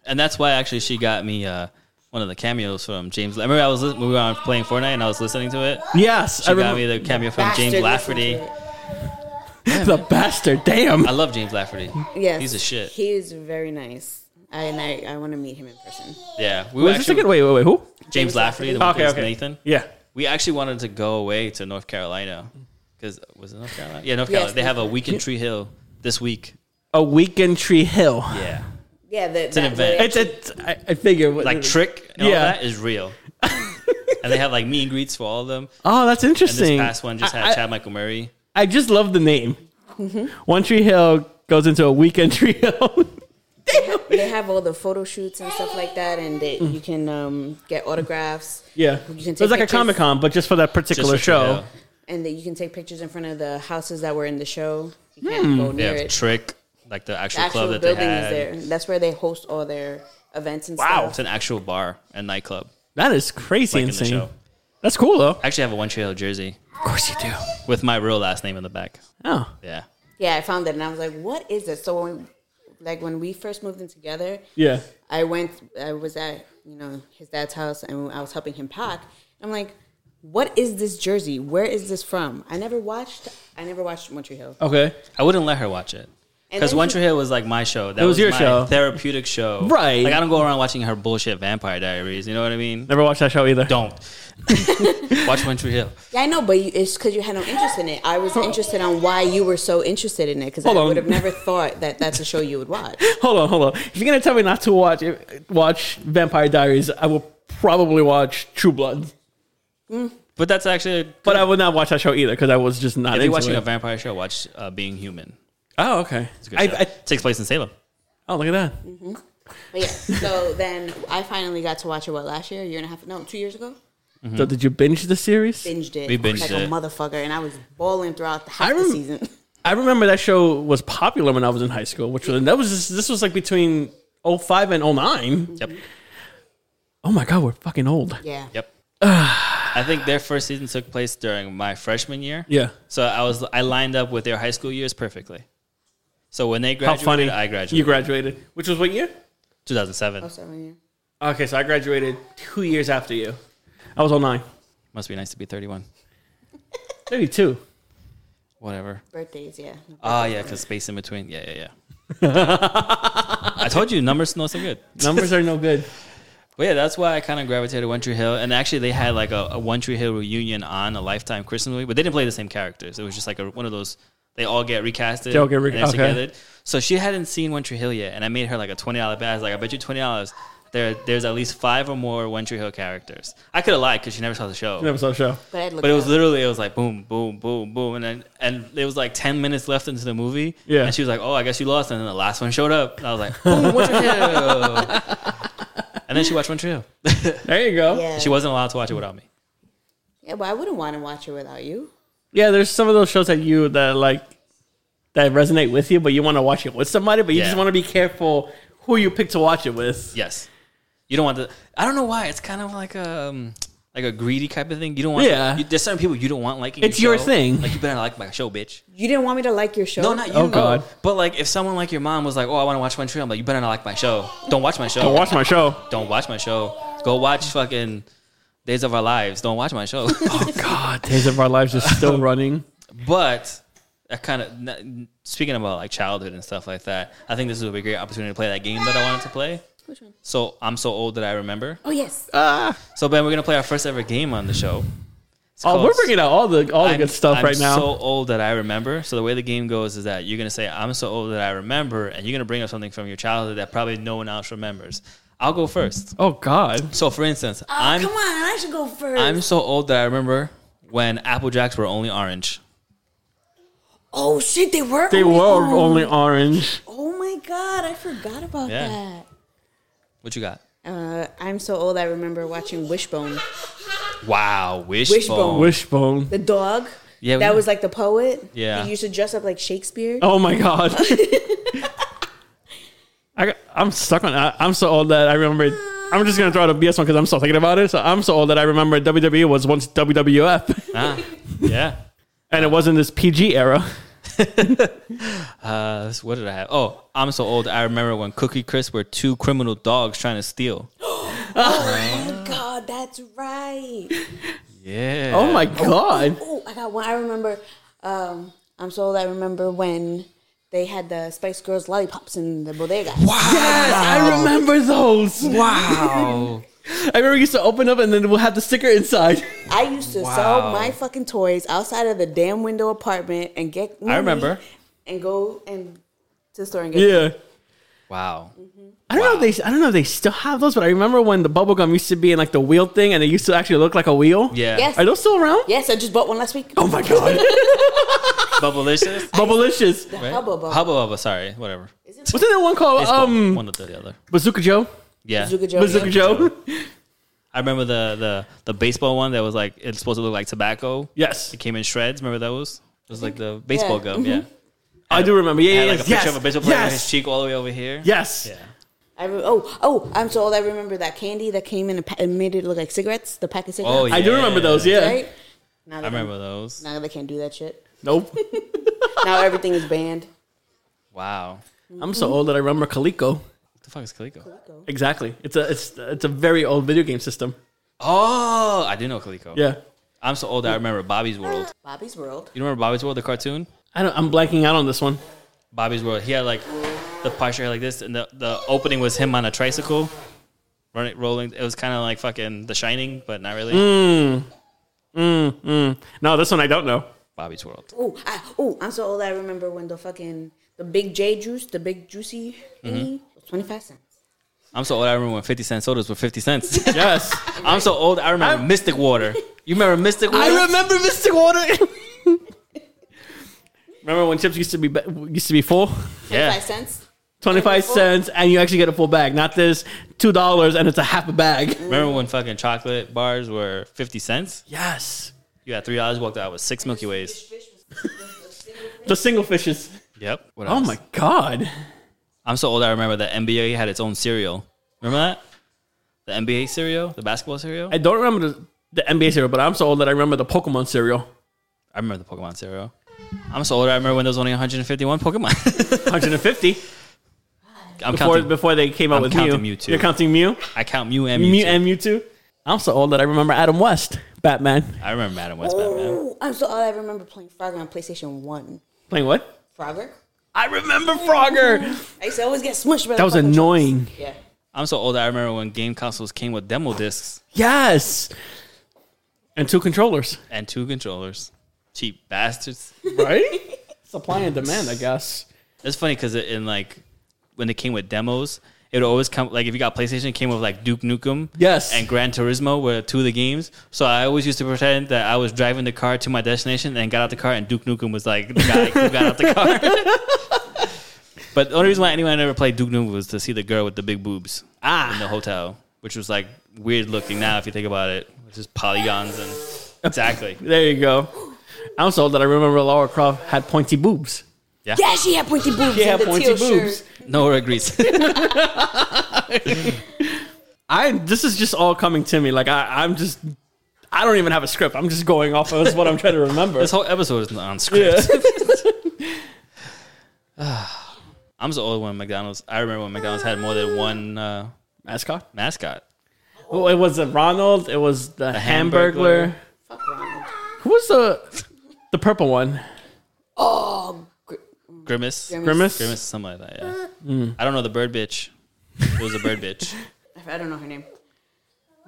And that's why actually she got me uh, one of the cameos from James. I remember I was lis- we were on playing Fortnite and I was listening to it.
Yes.
She got me the cameo from James
Bastard, listen
Lafferty.
to it.
the bastard. Damn.
I love James Lafferty.
Yes.
He's a shit.
He is very nice. I and I, I want to meet him in person.
Yeah, we were
Wait, this
actually
again? Wait, wait, wait. Who?
James Lafferty. The one
Okay,
okay,
okay.
Nathan.
Yeah.
We actually wanted to go away to North Carolina because was it North Carolina? Yeah, North
Yes,
Carolina. They have a week in Tree Hill this week.
A week in Tree Hill.
Yeah,
Yeah, the, it's
an event.
It's it's I, I figure what-
like trick and all
Yeah.
that is real. and they have like meet and greets for all of them.
Oh, that's
And this
interesting.
past one just had
I- I-
Chad Michael Murray.
I just love the name. One Tree Hill goes into a weekend Tree Hill.
they have all the photo shoots and stuff like that, and they, you can um, get autographs.
yeah,
You
it's
can take
like a
pictures.
Comic Con, but just for that
Just
particular
for Tree
show.
Hill.
and that you can take pictures in front of the houses that were in the show. You can't go
Hmm. They
near
have
it.
trick, like the
the
actual,
actual
club that they
building
had.
is there. That's where they host all their events and
Wow.
It's
stuff.
an actual bar and nightclub,
That is crazy
like in the
insane.
show.
That's cool though.
I actually have a One Tree Hill jersey
Of course you do.
with my real last name in the back.
Oh,
Yeah.
Yeah, I found it and I was like, "What is this?" So when, like when we first moved in together,
yeah.
I went. I was at you know his dad's house and I was helping him pack. I'm like, "What is this jersey? Where is this from?" I never watched. I never watched One Tree Hill.
Okay.
I wouldn't let her watch it.
And
Because
then
One
she-
Tree Hill was like my show. That
It was your
my
show.
Therapeutic show.
Right.
Like I don't go around watching her bullshit vampire diaries. You know what I mean?
Never watched that show either.
Don't. watch One Tree Hill.
Yeah, I know, but you, it's because you had no interest in it. I was interested on why you were so interested in it because I
Hold on.
would have never thought that that's a show you would watch.
Hold on, hold on. If you're gonna tell me not to watch it, watch Vampire Diaries, I will probably watch True Blood.
But that's actually. A
But I would not watch that show either because I was just not
if
into
you're watching
it.
a vampire show, watch uh, Being Human.
oh, okay.
It's a good
I,
show. Mm-hmm.
I,
it takes place in Salem.
oh, look at that.
But yeah, so then I finally got to watch it. What last year? A year and a half? No, two years ago.
So, did you binge the series?
Binged it.
We binged
like
it.
a motherfucker, and I was bawling throughout the half
I rem-
the season.
I remember that show was popular when I was in high school, which was that was just, this was like between 05 and 09.
Yep.
Oh my god, we're fucking old.
Yeah.
Yep. I think their first season took place during my freshman year.
Yeah.
So I was I lined up with their high school years perfectly. So when they
How
graduated,
funny.
I graduated.
You graduated, which was what year?
2007.
Also, yeah.
Okay, so I graduated 2 years after you. I was 09.
Must be nice to be 31.
32.
Whatever.
Birthdays, yeah.
Oh yeah, because space in between. Yeah, yeah, yeah. I told you numbers not so good.
Numbers are no good.
But yeah, that's why I kind of gravitated to One Tree Hill. And actually, they had like a, a One Tree Hill reunion on a Lifetime Christmas movie, but they didn't play the same characters. It was just like a, one of those. They all get recasted.
They all get re-
and they're
okay.
together. So she hadn't seen One Tree Hill yet, and I made her like a twenty dollar bet. I was like, I bet you twenty dollars. There, there's at least five or more One Tree Hill characters. I could have lied because she never saw the show.
Never saw the show.
But I'd look
But it was
up.
literally it was like boom, boom, boom, boom, and then and it was like ten minutes left into the movie.
Yeah.
And she was like, "Oh, I guess you lost." And then the last one showed up. And I was like, "Boom, One Tree Hill." and then she watched One Tree Hill.
There you go.
yeah.
She wasn't allowed to watch it without me.
Yeah, but I wouldn't want to watch it without you.
Yeah, there's some of those shows that you that like that resonate with you, but you want to watch it with somebody, but you
Yeah.
just want to be careful who you pick to watch it with.
Yes. You don't want to. I don't know why. It's kind of like um, like a greedy type of thing. You don't want.
Yeah.
you- there's certain people you don't want liking.
It's your
show.
thing.
Like you better not like my show, bitch.
You didn't want me to like your show.
No, not you.
Oh, God.
But like, if someone like your mom was like, "Oh, I want to watch my show," I'm like, "You better not like my show. Don't watch my show.
Don't watch my show.
Don't watch my show. Go watch fucking Days of Our Lives. Don't watch my show."
God, Days of Our Lives is still running.
But I kind of speaking about like childhood and stuff like that. I think this would be a great opportunity to play that game that I wanted to play. Which one? So I'm so old that I remember.
Oh yes.
So Ben, we're gonna play our first ever game on the show. It's
Oh,
called
we're bringing out all the all the
I'm-
good stuff
I'm
right now.
So old that I remember. So the way the game goes is that you're gonna say I'm so old that I remember, and you're gonna bring up something from your childhood that probably no one else remembers. I'll go first.
oh God,
So for instance, I'm
Come on, I should go 1st
I'm so old that I remember when Apple Jacks were only orange.
oh shit, they were.
they
only
were
on-
only orange.
Oh my god, I forgot about
Yeah. What you got?
that.
Uh, I'm so old. I remember watching Wishbone.
Wow, wishbone.
Wishbone.
Wishbone.
The dog.
Yeah,
That
we-
was like the poet.
Yeah.
He used to dress up like Shakespeare.
Oh my God. I got, I'm stuck on. I, I'm so old that I remember. I'm just gonna throw out a BS one because I'm still thinking about it. So I'm so old that I remember WWE was once WWF,
Ah, yeah.
and it wasn't this PG era.
Uh, that's- what did I have? Oh, I'm so old. I remember when Cookie Crisp were two criminal dogs trying to steal.
God, that's right.
Yeah.
Oh my God.
Oh, I got one. I remember. Um, I'm so old. I remember when they had the Spice Girls lollipops in the bodega.
Yes, I remember those. Wow. I remember you used to open up and then we'll have the sticker inside.
I used to sell my fucking toys outside of the damn window apartment and get. Money
I remember.
And go and to the store and get.
Yeah.
Wow.
I don't know if they I don't know if they still have those, but I remember when the bubble gum used to be in like the wheel thing and it used to actually look like a wheel.
Yeah.
Yes.
Are those still around?
Yes, I just bought one last week.
Oh my god.
Bubblicious.
Bubblicious.
The
Right?
Hubba Bubba.
Hubba Bubba, sorry. Whatever.
Wasn't there one called
It's called
um
one or the other.
Bazooka Joe?
Yeah.
Bazooka Joe.
Bazooka Joe?
I remember the, the, the baseball one that was like, it's supposed to look like tobacco.
Yes.
It came in shreds. Remember those? It was like the baseball
Yeah.
gum. Yeah.
I do remember. Yeah,
Had
yeah,
like a
yes.
picture
yes.
of a baseball player with his
yes.
cheek all the way over here.
yes.
Yeah.
I re- oh oh, I'm so old. I remember that candy that came in a pa- and made it look like cigarettes. The pack of cigarettes.
Oh, yeah.
I do remember those, yeah.
Right. Now
I remember those.
Now they can't do that shit.
Nope.
Now everything is banned.
Wow.
I'm so old that I remember Coleco.
What the fuck is Coleco?
Exactly. It's a it's it's a very old video game system.
Oh, I do know Coleco.
Yeah.
I'm so old that I remember Bobby's World.
Bobby's World.
You remember Bobby's World, the cartoon?
I don't I'm blanking out on this one.
Bobby's World. He had like the posture like this, and the, the opening was him on a tricycle, running, rolling. It was kind of like fucking The Shining, but not really.
Mm. No, this one I don't know.
Bobby's World.
Oh, I, oh, I'm so old. I remember when the fucking the big J juice, the big juicy thingy,
Mm-hmm.
was twenty five cents.
I'm so old. I remember when 50 cent sodas were 50 cents.
Yes.
I'm so old. I remember Mystic Water. You remember Mystic Water?
I remember Mystic Water. remember when chips used to be ba- used to be full,
Yeah.
Five cents.
twenty five
full.
cents, and you actually get a full bag, not this two dollars and it's a half a bag.
Remember when fucking chocolate bars were 50 cents?
Yes,
You had three dollars, walked out with six Milky Ways.
the single fishes.
Yep. What
Oh
else?
my god!
I'm so old. I remember the NBA had its own cereal. Remember that? The NBA cereal, the basketball cereal.
I don't remember the, the NBA cereal, but I'm so old that I remember the Pokemon cereal.
I remember the Pokemon cereal. I'm so old. I remember when there was only 151 Pokemon.
150
I'm
before
counting.
before they came out
I'm
with
counting
Mew.
Mewtwo.
You're counting Mew,
I count Mew and Mewtwo.
Mew and Mewtwo. I'm so old that I remember Adam West, Batman,
I remember Madam West Batman.
Oh, I'm so old. I remember playing Frogger on PlayStation One.
playing what?
Frogger.
I remember Frogger.
I used to always get smushed. By
That was annoying.
Yeah.
I'm so old. I remember when game consoles came with demo discs
Yes, and two controllers.
and two controllers. Cheap bastards.
right? Supply and demand, I guess.
It's funny because it, in like when they came with demos, it would always come like if you got PlayStation, it came with like Duke Nukem,
Yes.
and Gran Turismo were two of the games. So I always used to pretend that I was driving the car to my destination and got out the car, and Duke Nukem was like the guy who got out the car. but the only reason why anyone I never played Duke Nukem was to see the girl with the big boobs in the hotel, which was like weird looking now if you think about it, which is polygons and exactly.
There you go. I'm so old that I remember Laura Croft had pointy boobs.
Yeah, she had pointy boobs.
She
and
had
the
pointy
teal
boobs.
shirt.
Nora agrees.
I this is just all coming to me. Like I, I'm just I don't even have a script. I'm just going off of what I'm trying to remember.
This whole episode is not on script. Ah, I'm so old when McDonald's. I remember when McDonald's had more than one uh,
Mascot?
mascot.
Well, it was a Ronald. It was the, Hamburglar.
Hamburglar.
Who was the the purple one?
Oh,
Grimace. Grimace,
Grimace. Mm.
something like that. Yeah. I don't know the bird bitch. It was a bird bitch.
I don't know her name.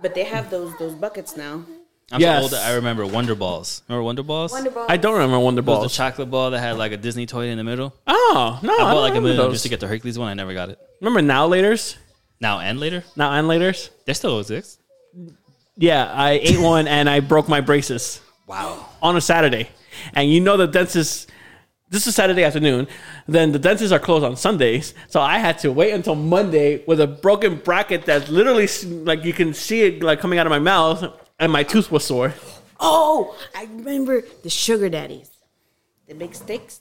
But they have those those buckets now.
I'm
Yes.
so old that I remember Wonder Balls. Remember Wonder Balls? Wonder
I don't remember Wonder
Balls. Was
Balls.
the chocolate ball that had like a Disney toy in the middle.
oh no! I,
I
don't
bought like a
remember
million
those.
just to get the Hercules one. I never got it.
Remember now laters,
Now and later,
now and laters.
they still exist.
Yeah, I ate one and I broke my braces. Wow. On a Saturday. And you know the dentist this is Saturday afternoon. Then the dentists are closed on Sundays. So I had to wait until Monday with a broken bracket that's literally s- like you can see it like coming out of my mouth and my tooth was sore.
Oh, I remember the sugar daddies, the big sticks.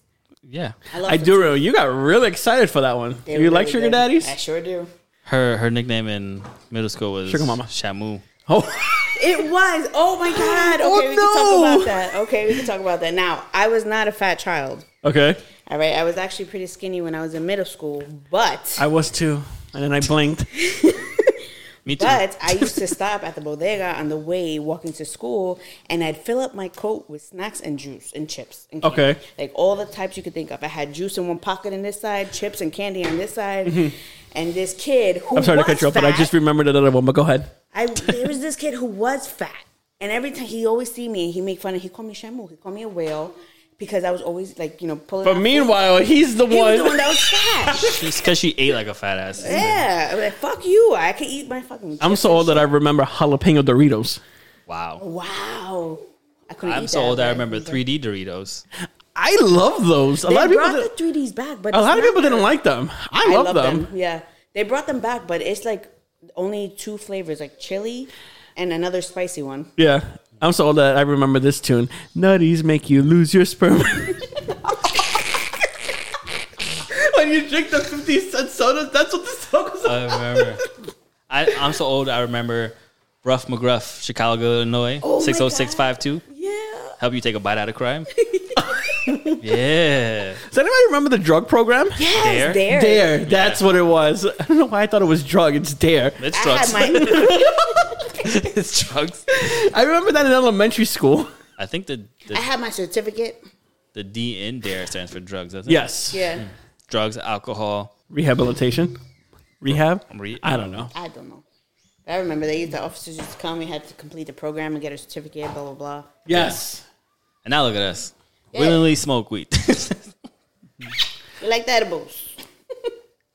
Yeah.
love
I
the
do remember you got really excited for that one.
They
you
were
like
really
sugar
good.
daddies?
I sure do.
Her her nickname in middle school was
Sugar Mama.
Shamu.
Oh.
It was. Oh my god. Okay,
Oh,
we can
no.
talk about that. Okay, we can talk about that. Now, I was not a fat child.
okay.
All right, I was actually pretty skinny when I was in middle school, but
I was too. And then I blinked.
Me too.
but I used to stop at the bodega on the way walking to school, and I'd fill up my coat with snacks and juice and chips. And candy.
Okay.
like all the types you could think of. I had juice in one pocket on this side, chips and candy on this side, and this kid who
Mm-hmm. I'm sorry to
was
cut you off,
fat,
but I just remembered another one, but go ahead.
I there was this kid who was fat, and every time he always see me, he make fun of. He called me Shamu. He called me a whale because I was always like you know pulling. out
But
food.
meanwhile, he's the
he
one
was the one that was fat.
It's because she ate like a fat ass.
yeah, I'm like fuck you. I can eat my fucking.
I'm
chips
so
and
old that I remember jalapeno Doritos.
Wow.
shit. Wow, I couldn't.
I'm
eat
so
that,
old. I
but-
remember 3D Doritos.
I love those. A
They
lot of people,
brought
did,
the 3ds back, but
a
it's
lot of
not
people didn't
good.
like them. I love, them.
Yeah, they brought them back, but it's like only two flavors, like chili and another spicy one.
Yeah, I'm so old that I remember this tune. Nutties make you lose your sperm. when you drink the 50 cent sodas, that's what the song was.
I remember. I, I'm so old. I remember Ruff McGruff, Chicago, Illinois,
Oh my
60652.
Yeah.
Help you take a bite out of crime. yeah.
Does anybody remember the drug program?
Yes,
Dare?
dare.
Dare. That's what it was. I don't know why I thought it was drug. It's dare.
It's
I had
drugs.
my
it's drugs.
I remember that in elementary school.
I think the,
I
the,
had my certificate.
the D in dare stands for drugs, doesn't it?
Yes.
Yeah.
Drugs, alcohol.
Rehabilitation. Rehab.
Re-
I don't know.
I don't know. I remember they the officers used to come. We had to complete the program and get a certificate. Blah blah blah.
Yes.
And now look at us. Willingly smoke weed.
We like the edibles.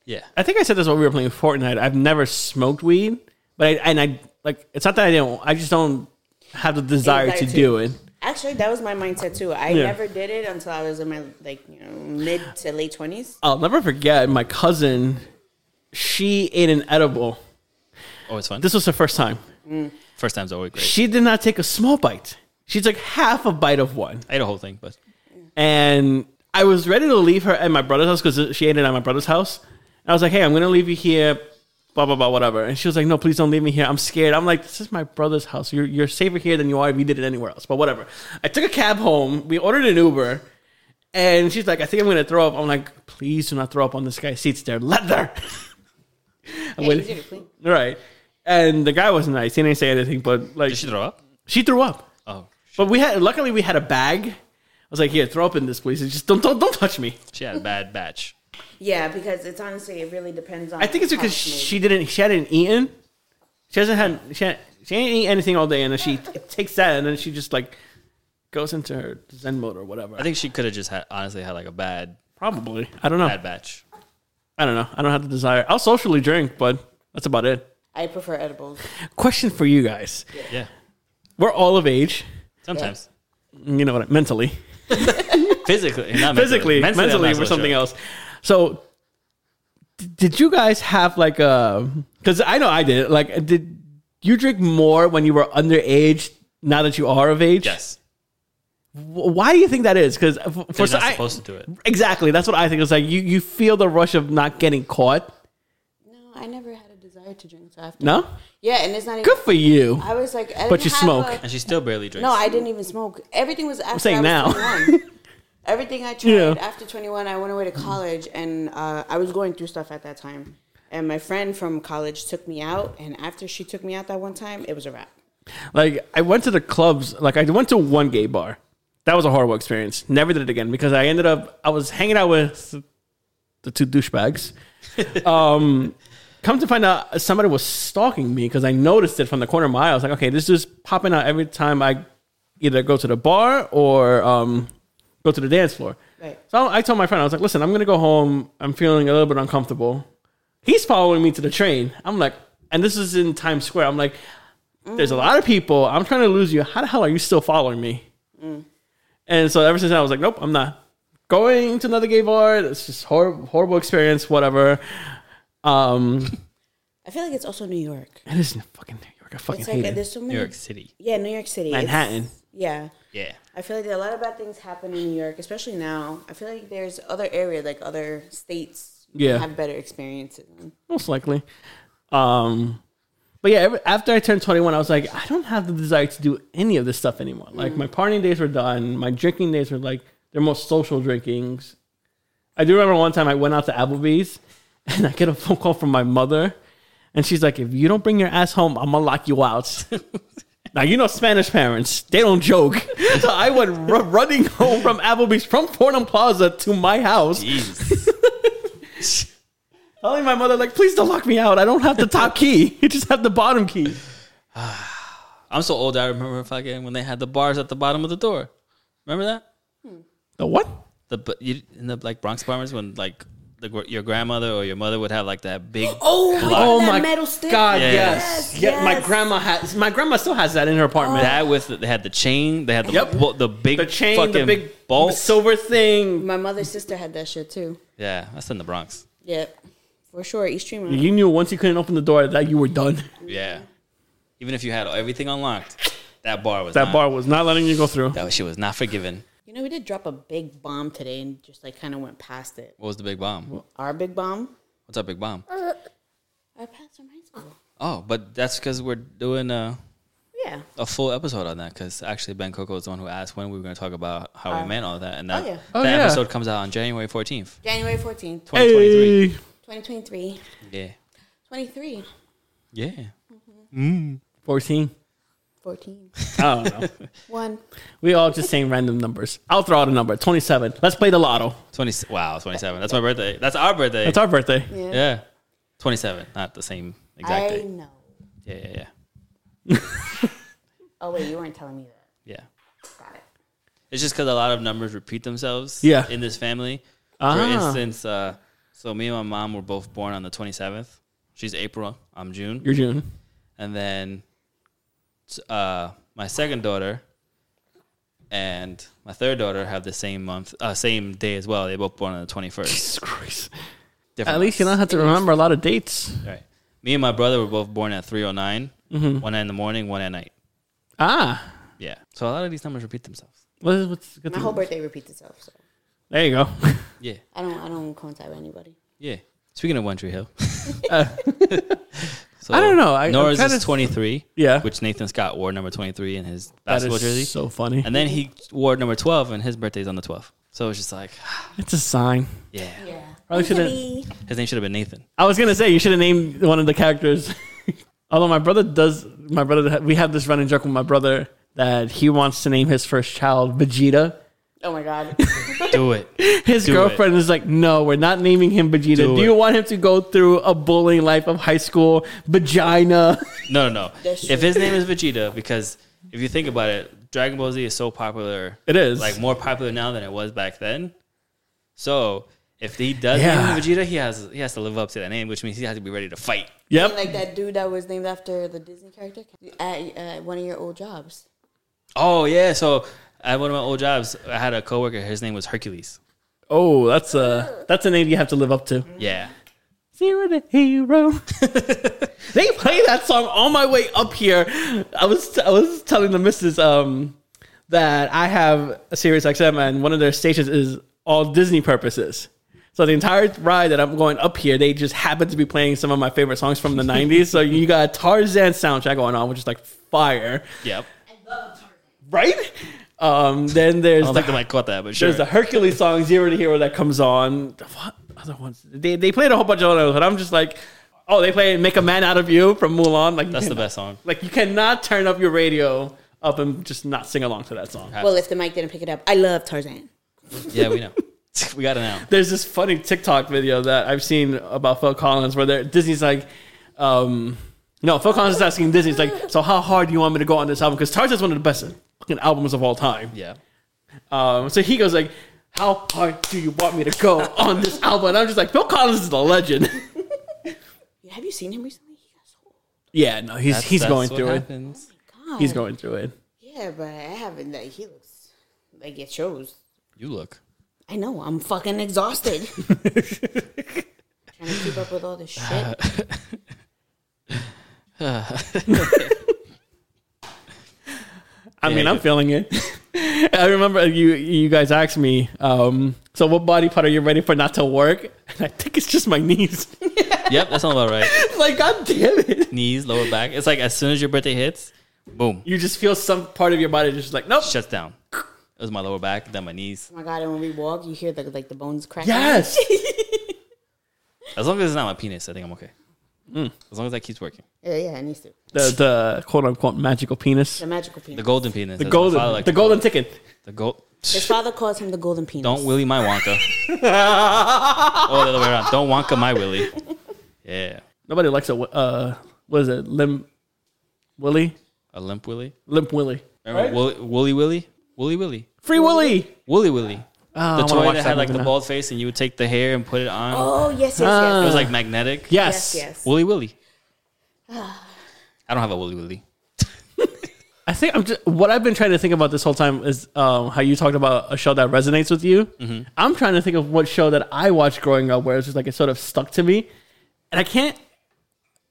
yeah.
I think I said this while we were playing Fortnite. I've never smoked weed, but I, and I like it's not that I don't. I just don't have the desire to
Anxiety.
do it.
Actually, that was my mindset too. I
Yeah.
never did it until I was in my like you know mid to late twenties.
I'll never forget my cousin. She ate an edible.
Oh, it's fun.
This was her first time.
First time's always great.
She did not take a small bite. She took half a bite of one,
I ate a whole thing, but
and I was ready to leave her at my brother's house because she ate it at my brother's house. And I was like, "Hey, I'm gonna leave you here." Blah blah blah, whatever. And she was like, "No, please don't leave me here. I'm scared." I'm like, "This is my brother's house. You're you're safer here than you are if you did it anywhere else." But whatever. I took a cab home. We ordered an Uber, and she's like, "I think I'm gonna throw up." I'm like, "Please do not throw up on this guy's seats. They're leather." I waited-
easy to clean.
right. And the guy was nice. He didn't say anything, but like
did she throw up?
she threw up.
Oh,
But we had luckily we had a bag. I was like, "Here, throw up in this, please. Just don't don't, don't touch me."
she had a bad batch.
Yeah, because it's honestly it really depends on.
I think it's
how
because
made.
she didn't. She hadn't eaten. She hasn't had. She, had, she ain't eat anything all day, and then she t- takes that, and then she just like goes into her Zen mode or whatever.
I think she could have just had, honestly had like a bad,
probably. I don't know.
bad batch.
I don't know. I don't have the desire. I'll socially drink, but that's about it.
I prefer edibles.
Question for you guys:
Yeah.
We're all of age.
Sometimes.
You know what? I- Mentally,
Physically, not mentally.
physically, mentally,
I'm not
or
so
something
sure.
else. So, d- did you guys have like a? Because I know I did. Like, did you drink more when you were underage? Now that you are of age,
Yes.
W- Why do you think that is? Because for, for
You're
so-
not
I-
supposed to do it.
exactly that's what I think. It's like you you feel the rush of not getting caught.
No, I never had a desire care to drink. So I have to.
No,
Yeah, and it's not even.
good for you.
I was like, I
But
didn't
you
have
smoke.
a-
and she still barely drinks.
no, I didn't even smoke. Everything was after
saying
I was
now.
21. Everything I tried
Yeah.
after 21, I went away to college and uh, I was going through stuff at that time. And my friend from college took me out, and after she took me out that one time, it was a wrap.
Like I went to the clubs. Like I went to one gay bar. That was a horrible experience. Never did it again because I ended up I was hanging out with the two douchebags. um, come to find out, somebody was stalking me because I noticed it from the corner of my eye. I was like, okay, this is popping out every time I either go to the bar or um, go to the dance floor.
Right.
So I told my friend, I was like, listen, I'm gonna go home. I'm feeling a little bit uncomfortable. He's following me to the train. I'm like, and this is in Times Square. I'm like, there's a lot of people. I'm trying to lose you. How the hell are you still following me? And so ever since then, I was like, nope, I'm not going to another gay bar. That's just horrible, horrible experience. Whatever. Um,
I feel like it's also New York.
it is fucking New York. I fucking
It's
hate
like uh,
it.
there's so many.
New York City.
Yeah, New York City. It's-
Manhattan.
Yeah.
Yeah.
I feel like a lot of bad things happen in New York, especially now. I feel like there's other area, like other states, you
Yeah.
have better experiences. in.
most likely. Um, but yeah, ever- after I turned 21, I was like, I don't have the desire to do any of this stuff anymore. Like my partying days were done. My drinking days were like their most social drinkings. I do remember one time I went out to Applebee's and I get a phone call from my mother, and she's like, "If you don't bring your ass home, I'm gonna lock you out." Now you know Spanish parents; they don't joke. So I went ru- running home from Applebee's from Fordham Plaza to my house,
Jesus.
telling my mother like, "Please don't lock me out. I don't have the top key. You just have the bottom key."
I'm so old. I remember fucking when they had the bars at the bottom of the door. Remember that?
The what?
The bu- you, in the like Bronx apartments when like the gr- your grandmother or your mother would have like that big.
Oh, my
Oh
God, that metal stick.
God!
Yeah.
Yes.
Yes,
Yeah, my
yes. Oh.
grandma has. My grandma still has that in her apartment.
That with they had the chain. They had the
Yep.
bo- the big
the chain,
fucking
the big
bolt.
silver thing.
My mother's sister had that shit too.
yeah, that's in the Bronx.
Yep. For sure. East Stream.
You knew once you couldn't open the door that you were done.
Yeah. Even if you had everything unlocked, that bar was
That
not,
bar was not letting you go through.
That she was not forgiven.
You know, we did drop a big bomb today and just like kind of went past it.
What was the big bomb?
Our big bomb.
What's our big bomb?
Our past from high school.
Oh, but that's because we're doing a,
Yeah.
a full episode on that. Because actually, Ben Coco is the one who asked when we were going to talk about how we met all that, and that,
Uh, yeah.
Oh,
that
yeah.
episode comes out on January fourteenth,
January 14th,
twenty twenty three.
Hey.
2023.
Yeah,
23.
yeah.
14.
14.
I don't know.
1.
we all just saying random numbers. I'll throw out a number 27. Let's play the lotto.
Twenty. Wow, twenty seven. That's my birthday. That's our birthday.
It's our birthday.
Yeah.
yeah, twenty seven. Not the same exact
I
day.
know.
Yeah, yeah, yeah,
Oh, wait, you weren't telling me that.
yeah.
Got it.
It's just because a lot of numbers repeat themselves.
Yeah.
in this family. For
Ah.
instance, uh, so me and my mom were both born on the twenty seventh. She's April. I'm June.
You're June.
and then s- uh, my second daughter and my third daughter have the same month, uh, same day as well. They both born on the twenty first.
Jesus Christ.
Different.
At least you don't have to remember a lot of dates.
months. Right. Me and my brother were both born at three o nine.
Mm-hmm.
One in the morning, one at night.
Ah.
Yeah. So a lot of these numbers repeat themselves.
What is, what's good
My
to-
whole birthday repeats itself, so
there you go.
Yeah.
I don't I don't coincide with anybody.
Yeah. Speaking of One Tree Hill, so
I don't know. I- I'm
Nora's
kinda
is
s-
twenty three.
Yeah.
Which Nathan Scott wore number twenty three in his
that
basketball
is
jersey.
so funny.
and then he wore number 12 and his birthday's on the 12th so it's just like
It's a sign.
yeah
Probably should have.
his name should have been nathan
I was gonna say you should have named one of the characters. Although my brother does, my brother we have this running joke with my brother that he wants to name his first child Vegeta.
Oh my God.
do it
His
Do
girlfriend is like, "No, we're not naming him Vegeta. Do,
Do
you
it.
want him to go through a bullying life of high school vagina?"
no no no
That's
if
true.
his name is vegeta because if you think about it dragon ball z is so popular
It is.
like more popular now than it was back then so if he does
Yeah.
name him vegeta he has he has to live up to that name which means he has to be ready to fight
yep.
like that dude that was named after the Disney character at uh, one of your old jobs.
oh yeah so at one of my old jobs i had a coworker his name was hercules
oh, that's a that's a name you have to live up to.
yeah
Zero to hero. they play that song on my way up here. I was I was telling the missus um that I have a Sirius XM and one of their stations is all Disney purposes. So the entire ride that I'm going up here, they just happen to be playing some of my favorite songs from the 90s. So you got Tarzan soundtrack going on, which is like fire,
Yep.
right? Um, then there's
I don't
the
think they might caught that, but sure.
there's the Hercules song Zero to Hero that comes on. What other ones? They, they played a whole bunch of others, but I'm just like, oh, they play "Make a Man Out of You" from Mulan. Like you
That's the
cannot-
best song.
Like you cannot turn up your radio up and just not sing along to that song.
Well, if the mic didn't pick it up, I love Tarzan.
Yeah, we know. we got it now.
There's this funny TikTok video that I've seen about Phil Collins where they're- Disney's like, um, no, Phil Collins is asking Disney's like, so how hard do you want me to go on this album? Because Tarzan's one of the best fucking albums of all time.
Yeah.
Um, so he goes like, "How hard do you want me to go on this album?" And I'm just like, "Phil Collins is a legend."
Have you seen him recently? He got so old.
yeah, no, he's he's going through
happens.
it. He's going through it.
Yeah, but I haven't. Like, he looks like it shows.
You look.
I know. I'm fucking exhausted. Trying to keep up with all this
Uh,
shit.
I mean,
you
I'm
do.
feeling it. I remember you you guys asked me, um, "So what body part are you ready for not to work?" And I think it's just my knees.
Yep, that sounds about right.
like, god damn it!
Knees, lower back. It's like as soon as your birthday hits, boom,
You just feel some part of your body just like, nope.
shuts down. It was my lower back, then my knees.
Oh my god! And when we walk, you hear the like the bones cracking.
Yes.
As long as it's not my penis, I think I'm okay.
Mm.
As long as that keeps working.
Yeah, yeah. It needs to.
the the quote unquote magical penis,
The magical penis.
The golden penis.
the golden the golden ticket.
The gold.
His father calls him the golden penis.
Don't Willy my Wonka. oh, the other way around. Don't Wonka my Willy. Yeah.
Nobody likes a uh, what is it? Limp Willie,
A limp Willy.
limp Willie,
Remember Wool- Woolly Willy? Woolly Willy.
free Willie.
Woolly Willy.
Oh,
the toy that had like the bald face and you would take the hair and put it on.
Oh yes, yes, yes.
Ah.
It was like magnetic.
Yes.
yes, yes.
Woolly Willy. I don't have a Woolly Willy.
I think I'm just what I've been trying to think about this whole time is um, how you talked about a show that resonates with you. I'm trying to think of what show that I watched growing up where it's just like it sort of stuck to me, and I can't.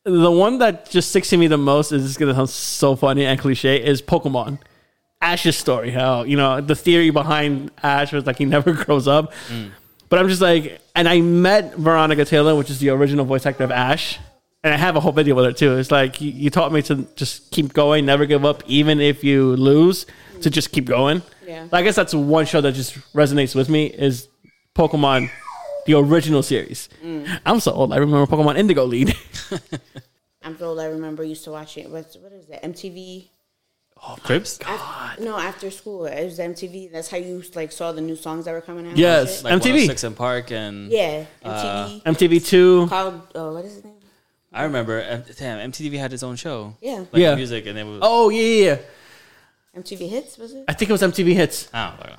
The one that just sticks to me the most is going to sound so funny and cliche is Pokemon. Ash's story, how you know the theory behind Ash was like he never grows up, but I'm just like, and I met Veronica Taylor, which is the original voice actor of Ash, and I have a whole video with her too. It's like you, you taught me to just keep going, never give up, even if you lose, to just keep going.
Yeah.
I guess that's one show that just resonates with me is Pokemon, the original series. I'm so old. I remember Pokemon Indigo Lead.
I'm so old. I remember used to watch it. What's what is that? MTV.
Cribs?
Af- no, after school it was MTV. That's how you like saw the new songs that were coming out. and
Yes. Uh,
shit.
Like
MTV.
Six and Park and
yeah, MTV.
MTV Two.
Called uh, what is his name?
I remember uh, damn MTV had its own show.
Yeah,
Like
Yeah.
music and it was oh,
Oh yeah, yeah, yeah.
MTV Hits was it?
I think it was MTV Hits,
I don't know.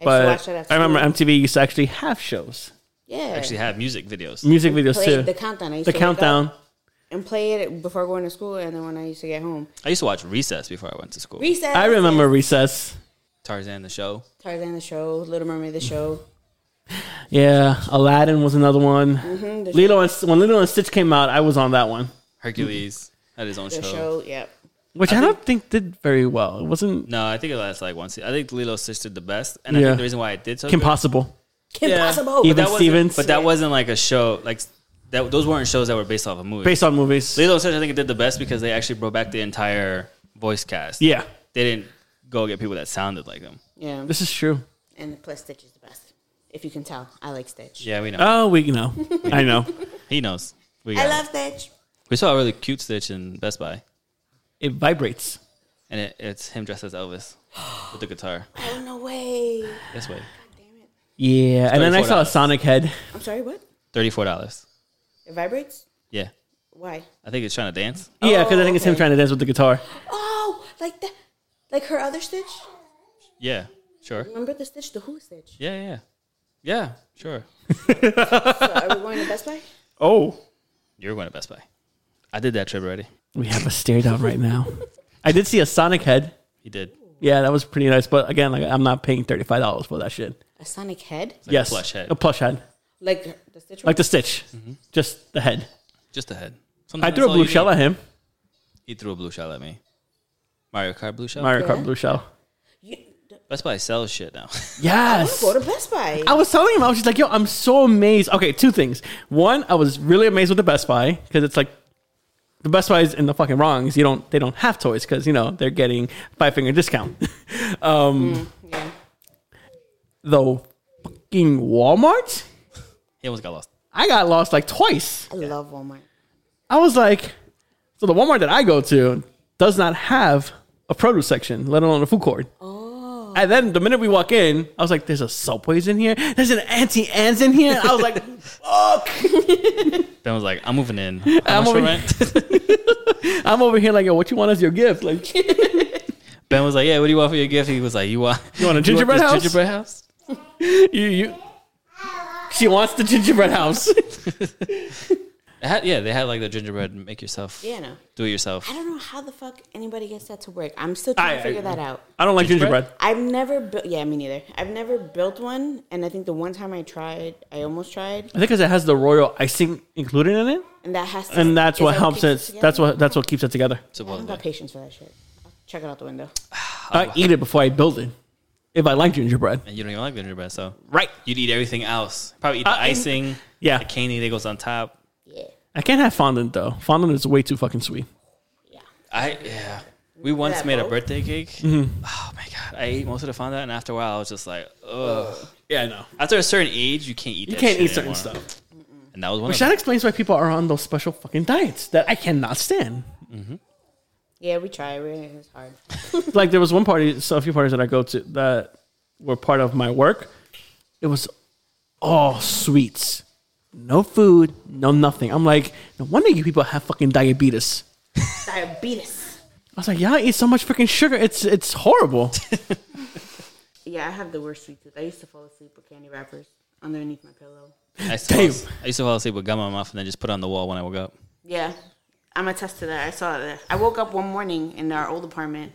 I
but I remember
school.
MTV used to actually have shows.
yeah,
Actually had music videos.
music videos
played
too.
the countdown. I used
The
to wake up
countdown.
and play it before going to school, and then when I used to get home,
I used to watch Recess before I went to school.
recess.
I remember recess.
Tarzan the show.
Tarzan the show, Little Mermaid the show.
Yeah, Aladdin was another one. Lilo and when Lilo and Stitch came out, I was on that one,
Hercules had his own
The
show.
show, yep.
which I, don't think did very well. It wasn't
No, I think it lasted like one season. I think Lilo Stitch did the best, and I
Yeah.
think the reason why it did so
Kim
good-
Possible.
Kim
Yeah.
Possible.
Even
that wasn't-
Stevens.
but that wasn't like a show. Like that, those weren't shows that were based off a movie.
Based on movies.
Lilo and Stitch, I think it did the best because they actually brought back the entire voice cast.
Yeah,
they didn't go get people that sounded like them.
yeah,
this is true.
and plus Stitch is the best. If you can tell, I like Stitch.
Yeah, we know.
Oh, we know. I know.
he knows. We,
I
got it.
love Stitch.
we saw a really cute Stitch in Best Buy,
It vibrates.
and it, it's him dressed as Elvis with the guitar.
Oh no way!
This way,
Yeah, and then I saw a
$34.
Sonic head.
I'm sorry. What?
thirty-four dollars.
It vibrates.
Yeah,
Why?
I think it's trying to dance.
Yeah,
Oh,
because I think it's him
okay.
trying to dance with the guitar.
Oh, like that, like her other Stitch.
Yeah, sure.
Remember the Stitch, the Who Stitch?
Yeah, yeah, yeah. Sure.
So are we going to Best Buy?
Oh,
You're going to Best Buy. I did that trip already.
we have a stare down right now. I did see a Sonic head.
He did.
Yeah, that was pretty nice. But again, like I'm not paying thirty five dollars for that shit.
A Sonic head,
Like
yes,
a plush head. Mm-hmm.
A plush head,
like the Stitch.
like the Stitch, just the head.
Just a head.
I
Sometimes
threw a
that's all
blue
you
shell
need.
at him.
He threw a blue shell at me. Mario Kart blue shell.
Mario Kart
Yeah.
blue shell.
You- the-
But Best Buy sells shit now. Oh,
Yes.
Go to Best Buy.
I was telling him, I was just like, yo, I'm so amazed. Okay, two things. One, I was really amazed with the Best Buy because it's like the Best Buy is in the fucking wrongs. You don't, they don't have toys because you know they're getting five finger discount. um, The fucking Walmart,
he almost got lost.
I got lost like twice.
I love Walmart.
I was like, so the Walmart that I go to does not have a produce section, let alone a food court. Oh. And then the minute we walk in, I was like, there's a Subway's in here. There's an Auntie Anne's in here. I was like, fuck.
Ben was like, I'm moving in. How
I'm
much for
moving-
rent?
I'm over here like, yo, what you want as your gift? Like, you
ben was like, Yeah, what do you want for your gift? He was like, You want you
want a gingerbread
this
house?
Gingerbread house?
you. She wants the gingerbread house.
It had- yeah, they had like the gingerbread make yourself.
Yeah, no.
Do it yourself.
I don't know how the fuck anybody gets that to work. I'm still trying
I-
to figure that out.
I don't like gingerbread.
I've never built. Yeah, me neither. I've never built one, and I think the one time I tried, I almost tried,
I think because it has the royal icing included in it,
and that has to.
and that's
is
what
that
helps
keeps
it. That's
together?
what that's what keeps it together.
I don't
Supposedly.
got patience for that shit. I'll check it out the window.
I eat it before I build it. If I like gingerbread,
And you don't even like gingerbread, so
right?
you'd eat everything else. Probably eat the
Uh, and-
icing,
Yeah.
the candy that goes on top.
Yeah,
I can't have fondant though. Fondant is way too fucking sweet.
I yeah. We once
that
made a
boat?
birthday cake.
Mm-hmm.
Oh my god! I ate most of the fondant, and after a while, I was just like, ugh.
Yeah, I know.
After a certain age, you can't eat.
You
that
can't
shit
eat certain
anymore.
stuff.
and that was one.
Which
of
that explains why people are on those special fucking diets that I cannot stand.
yeah, we try. We- It's hard.
like there was one party, so a few parties that I go to that were part of my work. It was all sweets, no food, no nothing. I'm like, no wonder you people have fucking diabetes.
Diabetes.
I was like, y'all eat so much freaking sugar. It's it's horrible.
Yeah, I have the worst sweet tooth. I used to fall asleep with candy wrappers underneath my pillow.
I used, to fall, as- I used to fall asleep with gum on my mouth and then just put it on the wall when I woke up.
Yeah, I'm attest to that. I saw that. I woke up one morning in our old apartment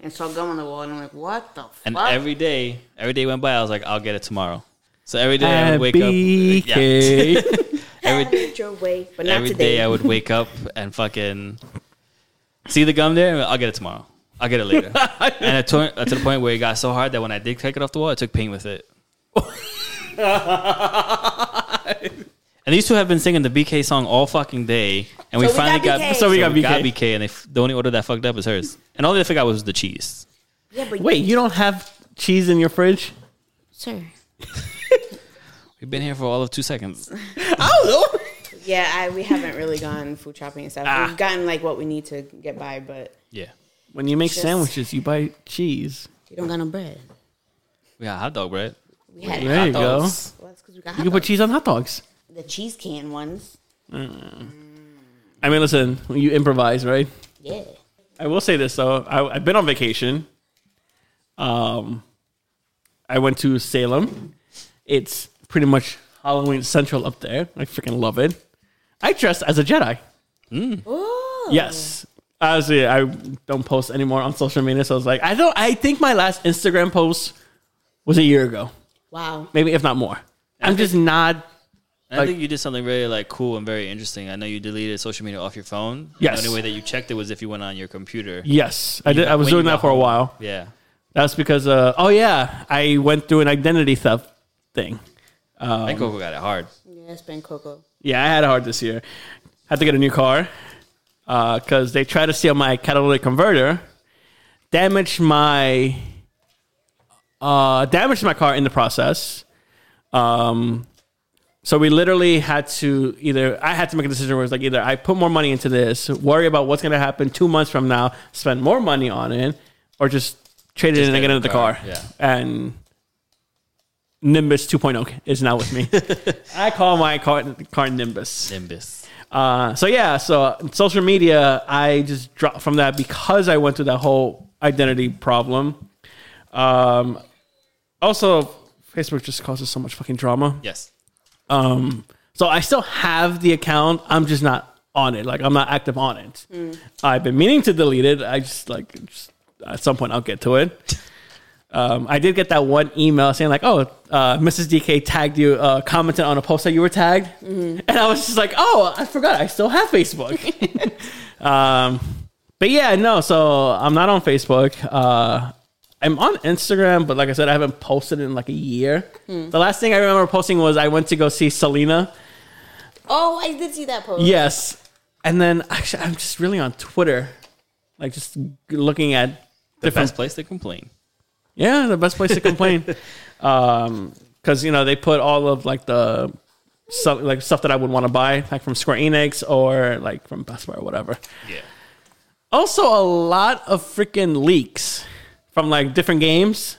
and saw gum on the wall, and I'm like, what the fuck?
And every day, every day went by. I was like, I'll get it tomorrow. So every day I would wake up. uh, Yeah,
BK.
every
Get your way, but not
every
today.
day I would wake up and fucking see the gum there. I'll get it tomorrow. I'll get it later. and it tore, to the point where it got so hard that when I did take it off the wall, I took pain with it. and these two have been singing the BK song all fucking day, and we,
So we
finally
got
got,
BK.
So we got BK.
and they, f- the only order that fucked up was hers. And all they forgot was the cheese.
yeah, but
Wait, you don't have cheese in your fridge?
sir.
We've been here for all of two seconds.
Oh
Yeah, I, we haven't really gone food shopping and stuff.
Ah.
We've gotten like what we need to get by, but
Yeah,
When you make
Just-
sandwiches, you buy cheese.
You don't got no bread.
we got hot dog bread.
we had
There you go.
Those-
well, that's because we got
You can put cheese on hot dogs.
the cheese can ones.
I mean, listen, you improvise, right?
Yeah,
I will say this though. I, I've been on vacation. Um, I went to Salem. It's pretty much Halloween central up there. I freaking love it. I dressed as a Jedi. Yes. Honestly, I don't post anymore on social media, so I was like, I don't. I think my last Instagram post was a year ago,
wow.
maybe if not more. I'm just not.
And
Like-
I think you did something very like cool and very interesting. I know you deleted social media off your phone.
Yes.
The only way that you checked it was if you went on your computer.
Yes, I did. I was
when you
doing
got
that for a
home.
while.
Yeah.
That's because. Uh, oh yeah, I went through an identity theft thing. um,
I think Coco got it hard.
Yeah, it's been cocoa.
Yeah, I had it hard this year. Had to get a new car because they tried to steal my catalytic converter, damaged my uh, damaged my car in the process. Um, so we literally had to either I had to make a decision where it's like either I put more money into this, worry about what's going to happen two months from now, spend more money on it, or just trade it in and
get
get
a
another
car,
car.
yeah.
And Nimbus 2.0 is now with me. I call my car, car Nimbus.
Nimbus.
Uh, so yeah, so social media, I just dropped from that because I went through that whole identity problem. Um, also, Facebook just causes so much fucking drama.
Yes.
Um, so I still have the account. I'm just not on it. Like I'm not active on it. I've been meaning to delete it. I just like just, at some point I'll get to it. Um, I did get that one email saying like, "Oh, uh, Mrs. DK tagged you, uh, commented on a post that you were tagged," and I was just like, "Oh, I forgot. I still have Facebook." um, but yeah, no. So I'm not on Facebook. Uh, I'm on Instagram, but like I said, I haven't posted in like a year. The last thing I remember posting was I went to go see Selena.
Oh, I did see that post.
Yes. And then actually, I'm just really on Twitter, like just g- looking at
The best place to complain.
Yeah, the best place to complain, because you know they put all of like the stuff, like stuff that I would want to buy, like from Square Enix or like from Best Buy or whatever.
Yeah.
Also, a lot of freaking leaks from like different games,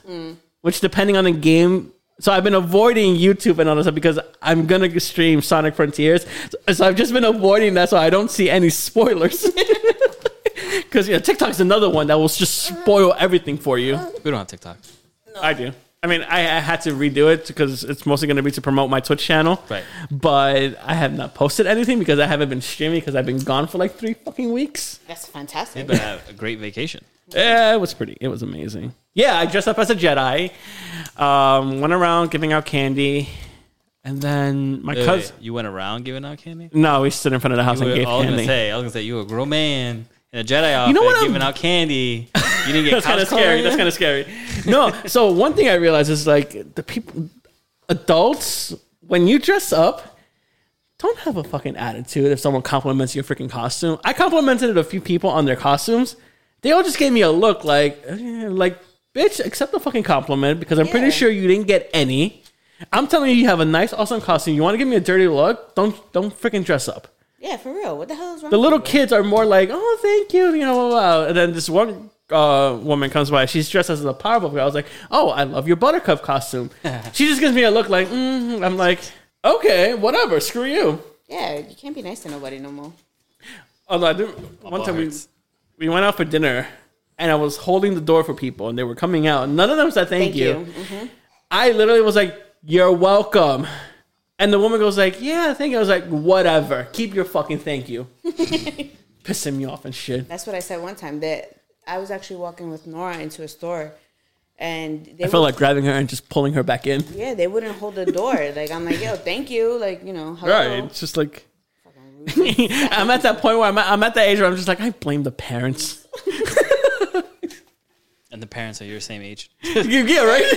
which depending on the game. So I've been avoiding YouTube and all this stuff because I'm gonna stream Sonic Frontiers. So- So I've just been avoiding that, so I don't see any spoilers. Because yeah, TikTok's another one that will just spoil everything for you.
We don't have TikTok.
I do. I mean, I, I had to redo it because it's mostly going to be to promote my Twitch channel.
Right.
But I have not posted anything because I haven't been streaming because I've been gone for like three fucking weeks.
That's fantastic.
But have a great vacation.
Yeah, Eh, it was pretty. It was amazing. Yeah, I dressed up as a Jedi, um, went around giving out candy, and then my
Wait,
cousin.
wait, you went around giving out candy.
No, we stood in front of the house
You
and
were-
gave
I was
candy.
gonna say, I was gonna say, you were a grown man in a Jedi outfit,
know what I'm-
giving out candy. You didn't get
That's kind of
cops calling
scary.
you?
That's kind of scary. No, so one thing I realized is like the people, adults, when you dress up, don't have a fucking attitude if someone compliments your freaking costume. I complimented a few people on their costumes. They all just gave me a look like, eh, like, bitch, accept the fucking compliment because I'm pretty
Yeah.
sure you didn't get any. I'm telling you, you have a nice, awesome costume. You want to give me a dirty look? Don't, don't freaking dress up.
Yeah, for real. What the hell is wrong?
The little
with
kids are more like, oh, thank you, you know, blah, blah, blah. and then this one uh, woman comes by. She's dressed as a Powerpuff Girl. I was like, oh, I love your Buttercup costume. she just gives me a look like, mm. I'm like, okay, whatever, screw you.
you? Yeah, you can't be nice to nobody no more.
Although I do, one time we,
hurts.
we went out for dinner, and I was holding the door for people, and they were coming out. None of them said thank,
Thank you.
you. I literally was like, "You're welcome," and the woman goes like, "Yeah, thank you." I was like, "Whatever, keep your fucking thank you." Pissing me off and shit.
That's what I said one time that I was actually walking with Nora into a store, and they
I felt
would-
like grabbing her and just pulling her back in.
yeah, they wouldn't hold the door. like I'm like, yo, thank you. Like you know, hello.
Right. It's just like. I'm at that point where I'm at, I'm at the age where I'm just like, I blame the parents.
And the parents are your same age.
yeah, right?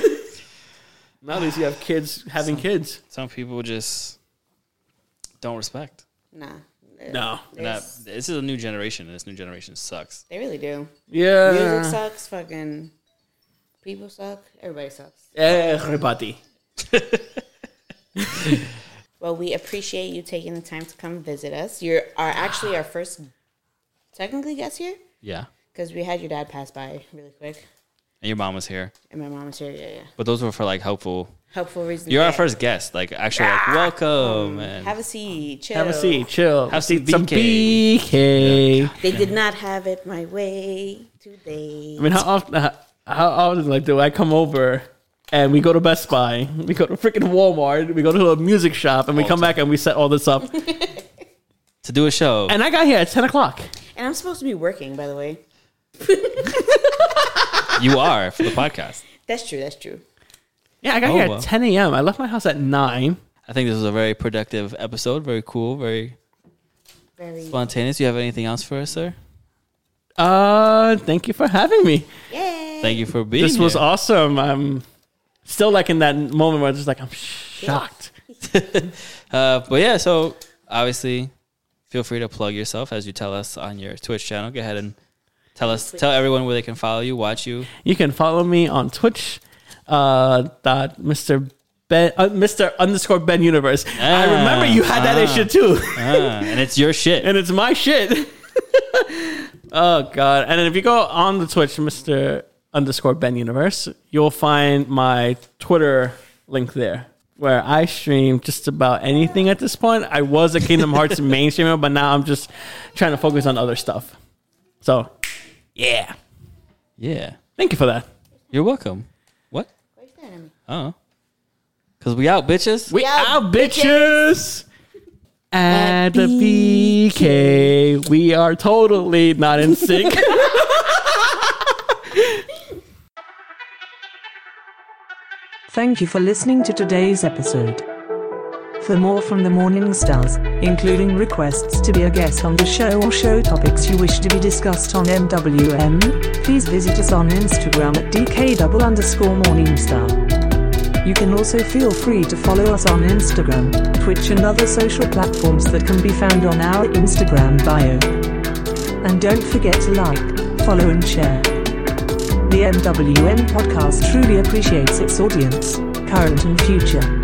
Nowadays, you have kids having kids.
Some people just don't respect.
Nah,
No.
And that- this is a new generation, and this new generation sucks.
they really do. Music
Yeah.
sucks. Fucking people suck. Everybody sucks.
Everybody.
Well, we appreciate you taking the time to come visit us. You are actually our first, technically, guest here
Yeah.
because we had your dad pass by really quick,
And your mom was here,
and my mom was here. Yeah, yeah.
but those were for like helpful.
Helpful reason.
You're our
Yeah.
first guest, like actually, like
Mm.
welcome and
Have a seat. Chill.
Have a seat. Chill.
Have some
Eat some
BK.
BK.
They did not have it my way today.
I mean, how often? How, how often like do I come over? And we go to Best Buy, we go to freaking Walmart, we go to a music shop, and we come back and we set all this up.
to do a show.
and I got here at ten o'clock.
And I'm supposed to be working, by the way.
you are for the podcast.
That's true. That's true.
Yeah, I got
Oh,
here
wow.
at 10 a.m. I left my house at 9.
I think this was a very productive episode. Very cool. Very
Very.
spontaneous. You have anything else for us, sir?
Uh, thank you for having me.
Yay.
Thank you for being.
This was
here.
awesome. I'm still like in that moment where I'm just like, I'm shocked.
Uh, but yeah, so obviously, feel free to plug yourself as you tell us on your Twitch channel. Go ahead and tell us, tell everyone where they can follow you, watch you.
You can follow me on Twitch, uh, dot Mr. Ben, uh, Mr. underscore Ben Universe. I remember you had that issue too.
Ah, and it's your shit.
and it's my shit. oh god! And then if you go on the Twitch, Mister underscore Ben Universe, you'll find my Twitter link there, where I stream just about anything at this point. I was a Kingdom Hearts main streamer, but now I'm just trying to focus on other stuff. So, yeah,
yeah,
thank you for that.
you're welcome. What?
Where's that at me?
Oh, because we out, bitches.
We
out,
out, bitches. At the BK, we are totally not in sync.
Thank you for listening to today's episode. for more from the Morning Stars, including requests to be a guest on the show or show topics you wish to be discussed on MWM, please visit us on Instagram at DK double underscore Morningstar. You can also feel free to follow us on Instagram, Twitch, and other social platforms that can be found on our Instagram bio. And don't forget to like, follow, and share. The MWM podcast truly appreciates its audience, current and future.